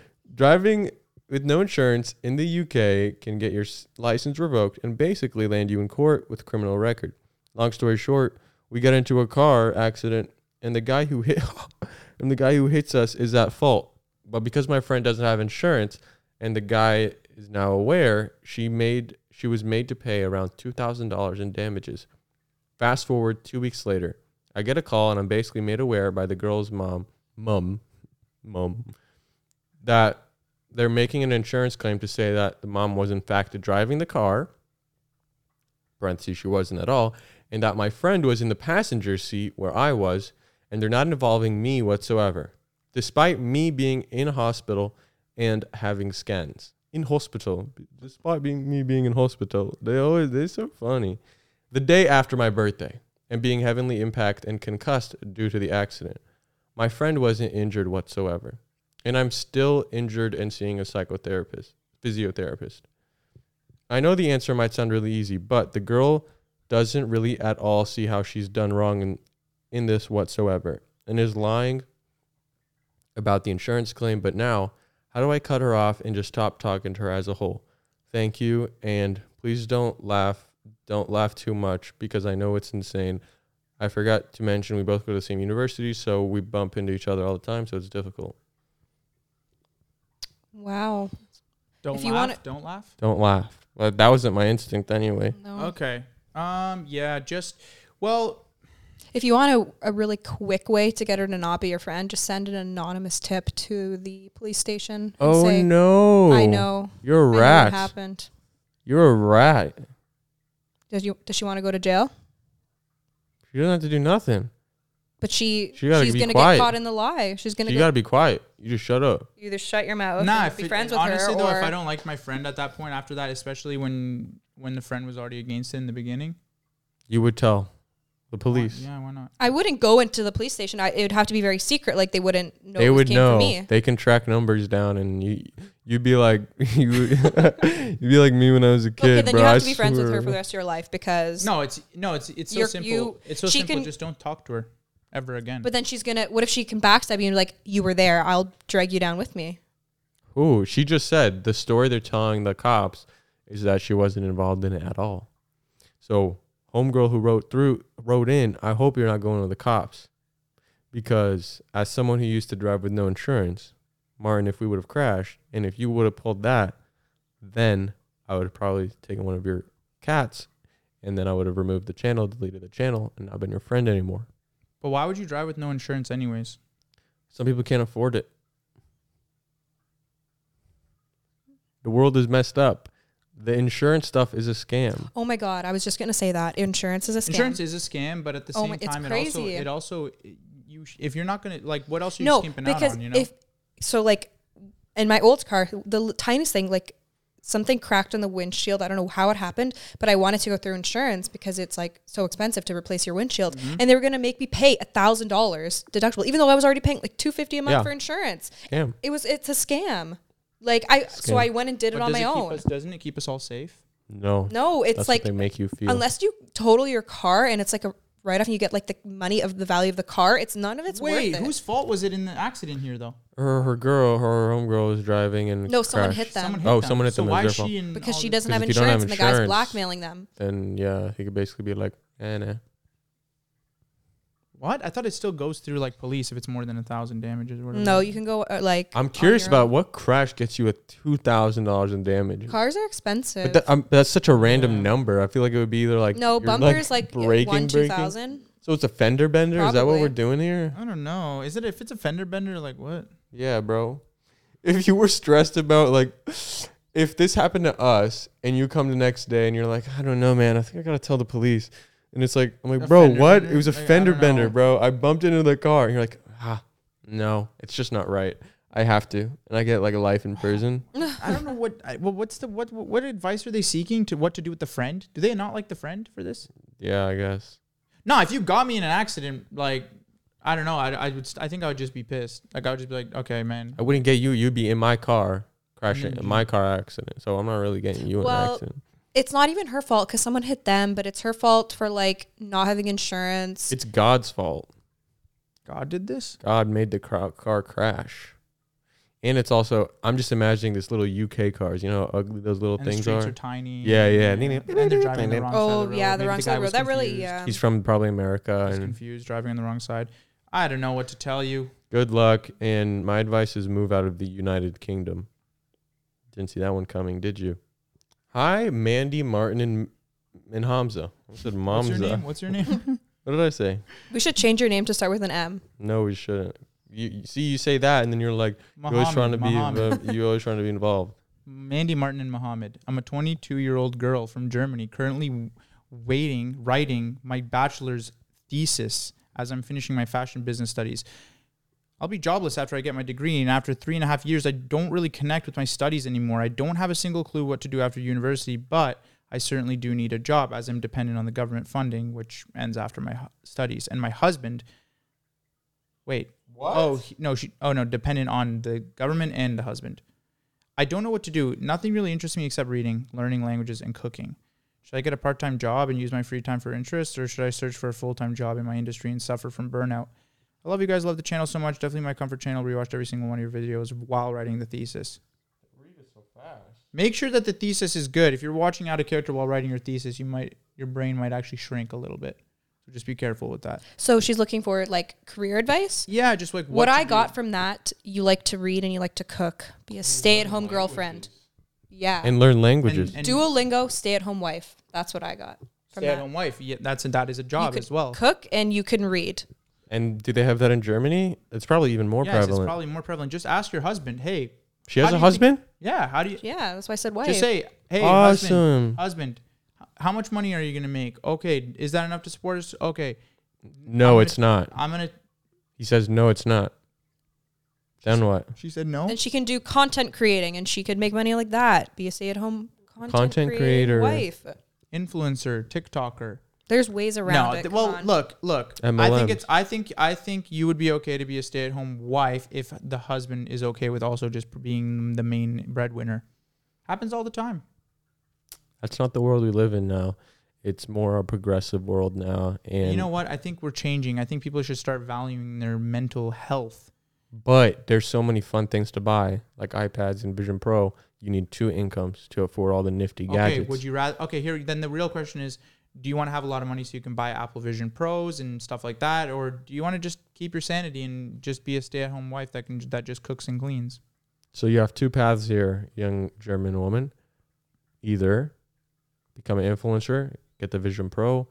S3: [laughs] driving with no insurance in the UK can get your s- license revoked and basically land you in court with criminal record. Long story short, we got into a car accident and the guy who hit [laughs] and the guy who hits us is at fault. But because my friend doesn't have insurance and the guy is now aware, she made she was made to pay around $2,000 in damages. Fast forward 2 weeks later, I get a call and I'm basically made aware by the girl's mom, mum, mum that they're making an insurance claim to say that the mom was in fact driving the car. Parentheses, she wasn't at all, and that my friend was in the passenger seat where I was, and they're not involving me whatsoever, despite me being in hospital and having scans in hospital. Despite being me being in hospital, they always they're so funny. The day after my birthday, and being heavily impacted and concussed due to the accident, my friend wasn't injured whatsoever and I'm still injured and seeing a psychotherapist, physiotherapist. I know the answer might sound really easy, but the girl doesn't really at all see how she's done wrong in, in this whatsoever and is lying about the insurance claim. But now, how do I cut her off and just stop talking to her as a whole? Thank you. And please don't laugh. Don't laugh too much because I know it's insane. I forgot to mention we both go to the same university, so we bump into each other all the time, so it's difficult.
S2: Wow.
S4: Don't
S2: If
S4: laugh.
S2: you wanna-
S4: don't laugh.
S3: Don't laugh. Well, that wasn't my instinct anyway.
S2: No.
S4: Okay. Um. Yeah. Just well.
S2: If you want a, a really quick way to get her to not be your friend, just send an anonymous tip to the police station. and
S3: Oh
S2: say,
S3: no!
S2: I know.
S3: You're a
S2: I know
S3: rat.
S2: What happened?
S3: You're a rat.
S2: Does you does she want to go to jail?
S3: She doesn't have to do nothing.
S2: But she,
S3: She gotta
S2: she's
S3: be
S2: gonna
S3: quiet.
S2: get caught in the lie. She's gonna
S3: You
S2: get,
S3: gotta be quiet. You just shut up.
S2: you either shut your mouth
S4: nah.
S2: and
S4: If
S2: be
S4: it-
S2: friends with
S4: honestly,
S2: her,
S4: though,
S2: or
S4: if I don't like my friend at that point, after that, especially when when the friend was already against it in the beginning.
S3: You would tell the
S4: why-
S3: police.
S4: Yeah. Why not?
S2: I wouldn't go into the police station. I, it would have to be very secret. Like they wouldn't know.
S3: they
S2: this
S3: would
S2: came
S3: know.
S2: From me.
S3: They can track numbers down, and you you'd be like [laughs] you would, you'd be like me when I was a kid,
S2: okay, then
S3: bro.
S2: you
S3: I
S2: have to be friends with
S3: swear.
S2: her for the rest of your life because.
S4: No. It's no. It's it's so
S2: You're-
S4: simple.
S2: you-
S4: it's so
S2: she
S4: simple.
S2: can-
S4: Just don't talk to her ever again.
S2: But then she's gonna. What if she can backstab you and be like, "You were there. I'll drag you down with me."
S3: Ooh, she just said the story they're telling the cops is that she wasn't involved in it at all. So, homegirl who wrote through wrote in, I hope you're not going to the cops. Because as someone who used to drive with no insurance, Martin, if we would have crashed and if you would have pulled that, then I would have probably taken one of your cats and then I would have removed the channel, deleted the channel, and not been your friend anymore.
S4: but why would you drive with no insurance anyways?
S3: Some people can't afford it. The world is messed up. The insurance stuff is a scam.
S2: Oh my god! I was just gonna say that insurance is a scam.
S4: Insurance is a scam, but at the
S2: Oh
S4: same
S2: my- it's
S4: time,
S2: crazy.
S4: it also it also you sh- if you're not gonna like what else are you
S2: no
S4: skimping
S2: because
S4: out on? You know.
S2: if so, like in my old car, the l- tiniest thing, like something cracked on the windshield. I don't know how it happened, but I wanted to go through insurance because it's like so expensive to replace your windshield.
S3: Mm-hmm.
S2: And they were going to make me pay a thousand dollars deductible, even though I was already paying like two fifty a month
S3: Yeah.
S2: for insurance.
S3: Damn.
S2: It was it's a scam. Like I, so
S3: Scam.
S2: I went and did it on
S4: does
S2: my
S4: it keep
S2: own.
S4: us- doesn't it keep us all safe?
S3: No.
S2: No, it's
S3: That's
S2: like
S3: what they make you feel.
S2: unless you total your car and it's like a write off and you get like the money of the value of the car, it's none of it's
S4: Wait,
S2: worth it.
S4: whose fault was it in the accident here, though?
S3: her, her girl, her homegirl is driving and
S2: no, someone
S3: crashed.
S2: hit them
S4: Someone hit
S3: Oh,
S4: them.
S3: someone hit
S4: so
S3: them, it
S4: Why
S3: was
S4: is
S3: their
S4: she in
S2: because
S4: Mm, all
S2: she
S4: this-
S2: doesn't have
S3: if you don't
S2: insurance,
S3: have
S2: and the guy's
S3: insurance-
S2: blackmailing them.
S3: And yeah, he could basically be like, eh, nah.
S4: What? I thought it still goes through like police if it's more than a thousand damages or whatever.
S2: No, you can go uh, like.
S3: I'm
S2: on
S3: curious
S2: your
S3: about
S2: own.
S3: what crash gets you a two thousand dollars in damages.
S2: cars are expensive.
S3: But that, um, that's such a random number. I feel like it would be either like
S2: no
S3: you're,
S2: bumpers like, one two thousand.
S3: So it's a fender bender. Is that what we're
S2: Probably.
S3: doing here?
S4: I don't know. Is it if it's a fender bender?
S2: [laughs]
S4: Like what?
S3: Yeah, bro. If you were stressed about like, if this happened to us and you come the next day and you're like, I don't know, man. I think I gotta tell the police. And it's like, I'm like,
S4: A
S3: bro,
S4: fender
S3: what?
S4: bender?
S3: It was a
S4: Like, I
S3: fender
S4: don't
S3: bender,
S4: know."
S3: bro. I bumped into the car, and you're like, ah, no, it's just not right. I have to, and I get like a life in
S4: [laughs]
S3: prison.
S4: I don't know what. I, well, what's the what? What advice are they seeking to what to do with the friend? Do they not like the friend for this?
S3: yeah, I guess.
S4: No, if you got me in an accident, like I don't know, I, I would. st- I think I would just be pissed. Like I would just be like, okay, man.
S3: I wouldn't get you. You'd be in my car crashing, in my car accident. So I'm not really getting you in an
S2: Well,
S3: accident.
S2: It's not even her fault because someone hit them, but it's her fault for like not having insurance.
S3: It's God's fault.
S4: God did this.
S3: God made the car, car crash. And it's also, I'm just imagining this little UK cars, you know, how ugly those little
S4: And the
S3: things
S4: streets
S3: are.
S4: are, tiny.
S3: Yeah, yeah.
S4: And, and they're driving on the wrong side
S2: oh
S4: of the road.
S2: yeah, the
S4: Maybe
S2: wrong
S4: guy
S2: side of the
S4: was
S2: road. That really
S4: confused.
S2: yeah.
S3: He's from probably America.
S4: He's
S3: And
S4: confused, driving on the wrong side. I don't know what to tell you.
S3: good luck. And my advice is move out of the United Kingdom. Didn't see that one coming, did you? Hi, Mandy, Martin, and, and Hamza. I said
S4: What's your name?
S3: Mamza.
S4: What's
S2: [laughs]
S4: your name?
S3: What did I say?
S2: We should change your name to start with an M.
S3: No, we shouldn't. You, you see, you say that, and then you're like, you're always trying to be,
S4: Mohammed. [laughs]
S3: invo- you're always trying to be involved.
S4: Mandy Martin and Mohammed. I'm a 22 year old girl from Germany, currently w- waiting, writing my bachelor's thesis as I'm finishing my fashion business studies. I'll be jobless after I get my degree, and after three and a half years, I don't really connect with my studies anymore. I don't have a single clue what to do after university, but I certainly do need a job as I'm dependent on the government funding, which ends after my hu- studies. And my husband, wait, what? Oh he- no, she, oh no, dependent on the government and the husband. I don't know what to do. Nothing really interests me except reading, learning languages, and cooking. Should I get a part time job and use my free time for interests, or should I search for a full time job in my industry and suffer from burnout? I love you guys. Love the channel so much. Definitely my comfort channel. Rewatched every single one of your videos while writing the thesis. Make sure that the thesis is good. If you're watching out of character while writing your thesis, you might your brain might actually shrink a little bit. So just be careful with that.
S2: So she's looking for like career advice.
S4: Yeah, just like
S2: What,
S4: to
S2: I
S4: do.
S2: got from that, you like to read and you like to cook. Be a stay-at-home girlfriend. Yeah.
S3: And learn languages.
S4: and, and
S2: Duolingo stay-at-home wife. That's what I got from
S4: stay at
S2: that.
S4: home wife. Yeah, that's that is a
S2: You
S4: job
S2: could
S4: as well.
S2: Cook and you can read.
S3: And do they have that in Germany? It's probably even more
S4: yes,
S3: prevalent.
S4: it's probably more prevalent. Just ask your husband. Hey,
S3: she has a
S4: How do you think-
S3: husband?
S4: yeah, how do you
S2: Yeah, that's why I said wife.
S4: just say, hey,
S3: Awesome.
S4: husband, husband, h- how much money are you gonna make? Okay, is that enough to support us? Okay,
S3: no,
S4: I'm gonna-
S3: it's not.
S4: I'm gonna.
S3: He says, no, it's not. Then what?
S4: She said no.
S2: and she can do content creating and she could make money like that. Be a stay-at-home content,
S3: Content
S2: creator
S3: creator.
S2: wife.
S4: Influencer, TikToker.
S2: There's ways around
S4: no,
S2: it.
S4: th-
S2: come
S4: well,
S2: on.
S4: look, look. I
S3: MLMs.
S4: think it's. I think. I think you would be okay to be a stay-at-home wife if the husband is okay with also just being the main breadwinner. Happens all the time.
S3: That's not the world we live in now. It's more a progressive world now. And
S4: you know what? I think we're changing. I think people should start valuing their mental health.
S3: But there's so many fun things to buy, like iPads and Vision Pro. You need two incomes to afford all the nifty gadgets.
S4: Okay, would you rather? Okay, here then the real question is: Do you want to have a lot of money so you can buy Apple Vision Pros and stuff like that, or do you want to just keep your sanity and just be a stay-at-home wife that can that just cooks and cleans?
S3: so you have two paths here, young German woman. Either become an influencer, get the Vision Pro,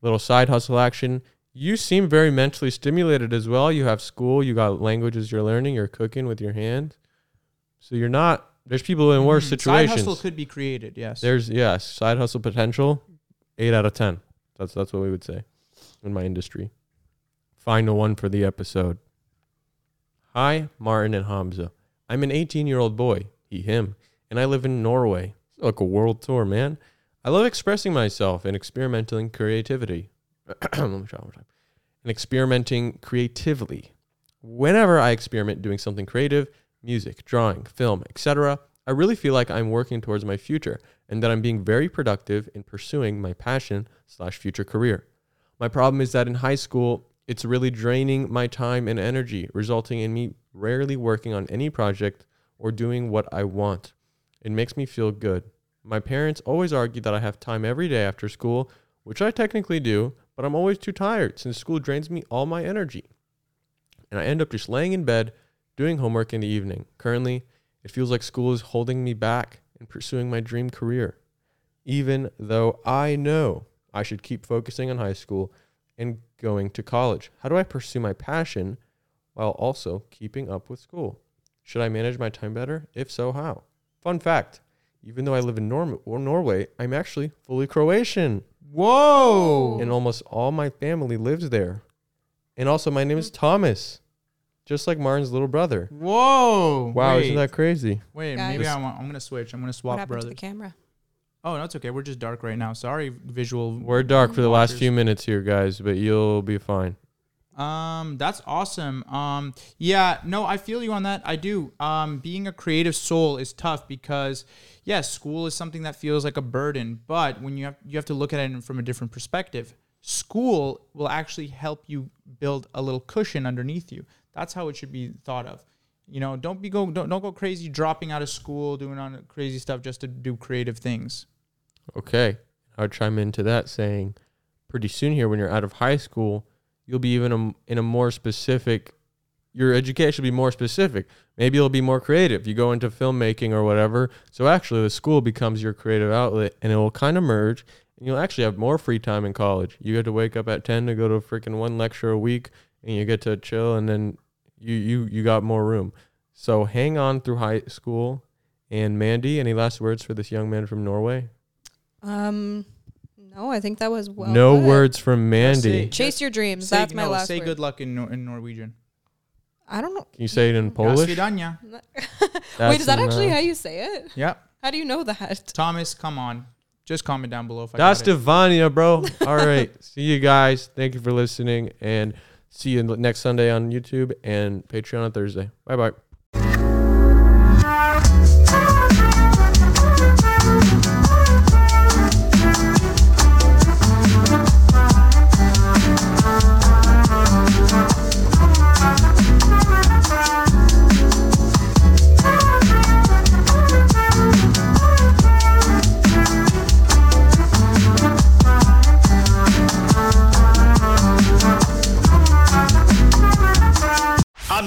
S3: little side hustle action. You seem very mentally stimulated as well. You have school, you got languages you're learning, you're cooking with your hands. So you're not there's people in worse
S4: Hmm, Side
S3: situations.
S4: hustle could be created. Yes.
S3: There's yes, side hustle potential, eight out of ten. That's that's what we would say in my industry. Final one for the episode. Hi, Martin and Hamza. I'm an 18 year old boy, he, him, and I live in Norway. It's like a world tour, man. I love expressing myself and experimenting creativity. [clears throat] Let me try one more time. And experimenting creatively. Whenever I experiment doing something creative, music, drawing, film, etc., I really feel like I'm working towards my future and that I'm being very productive in pursuing my passion slash future career. My problem is that in high school, it's really draining my time and energy, resulting in me rarely working on any project or doing what I want. It makes me feel good. My parents always argue that I have time every day after school, which I technically do, but I'm always too tired since school drains me all my energy. And I end up just laying in bed doing homework in the evening. Currently, it feels like school is holding me back in pursuing my dream career even though I know I should keep focusing on high school and going to college? How do I pursue my passion while also keeping up with school? Should I manage my time better? If so, how? Fun fact even though I live in Norm- or Norway, I'm actually fully Croatian,
S4: Whoa.
S3: and almost all my family lives there. And also, my name is Thomas, just like Martin's little brother.
S4: Whoa.
S3: Wow,
S4: Wait.
S3: isn't that crazy?
S4: Wait,
S2: Guys.
S4: maybe I want, I'm going to switch. I'm going to
S2: What
S4: swap
S2: happened to
S4: brothers.
S2: the camera?
S4: Oh, no, it's okay. We're just dark right now. Sorry, visual.
S3: We're dark for the last
S4: Walkers.
S3: few minutes here, guys, but you'll be fine.
S4: Um, that's awesome. Um, yeah, no, I feel you on that. I do. Um, being a creative soul is tough because, yes, school is something that feels like a burden, but when you have you have to look at it from a different perspective. School will actually help you build a little cushion underneath you. That's how it should be thought of. You know, don't be go don't don't go crazy dropping out of school, doing on crazy stuff just to do creative things.
S3: Okay. I would chime into that saying, pretty soon here, when you're out of high school, you'll be even a, in a more specific, your education will be more specific. Maybe it'll be more creative. You go into filmmaking or whatever. So actually, the school becomes your creative outlet and it will kind of merge. And you'll actually have more free time in college. You get to wake up at 10 to go to freaking one lecture a week and you get to chill and then you, you, you got more room. So hang on through high school. And Mandy, any last words for this young man from Norway?
S2: Um, no, I think that was well.
S3: no
S2: put.
S3: words from Mandy.
S4: Say-
S3: Can
S2: Chase your dreams.
S4: Say,
S2: That's my
S4: no,
S2: last
S4: say
S2: word.
S4: good luck in, Nor- in Norwegian.
S2: I don't know. [laughs]
S3: you say it in Polish?
S4: Svidanya.
S2: Wait, is that
S3: That's
S2: actually
S3: enough.
S2: how you say it?
S4: Yeah.
S2: How do you know that?
S4: Thomas, come on. Just comment down below if I
S3: That's
S4: got it.
S3: Devania, bro. All right. See you guys. Thank you for listening and see you next Sunday on YouTube and Patreon on Thursday. Bye bye.
S7: I'm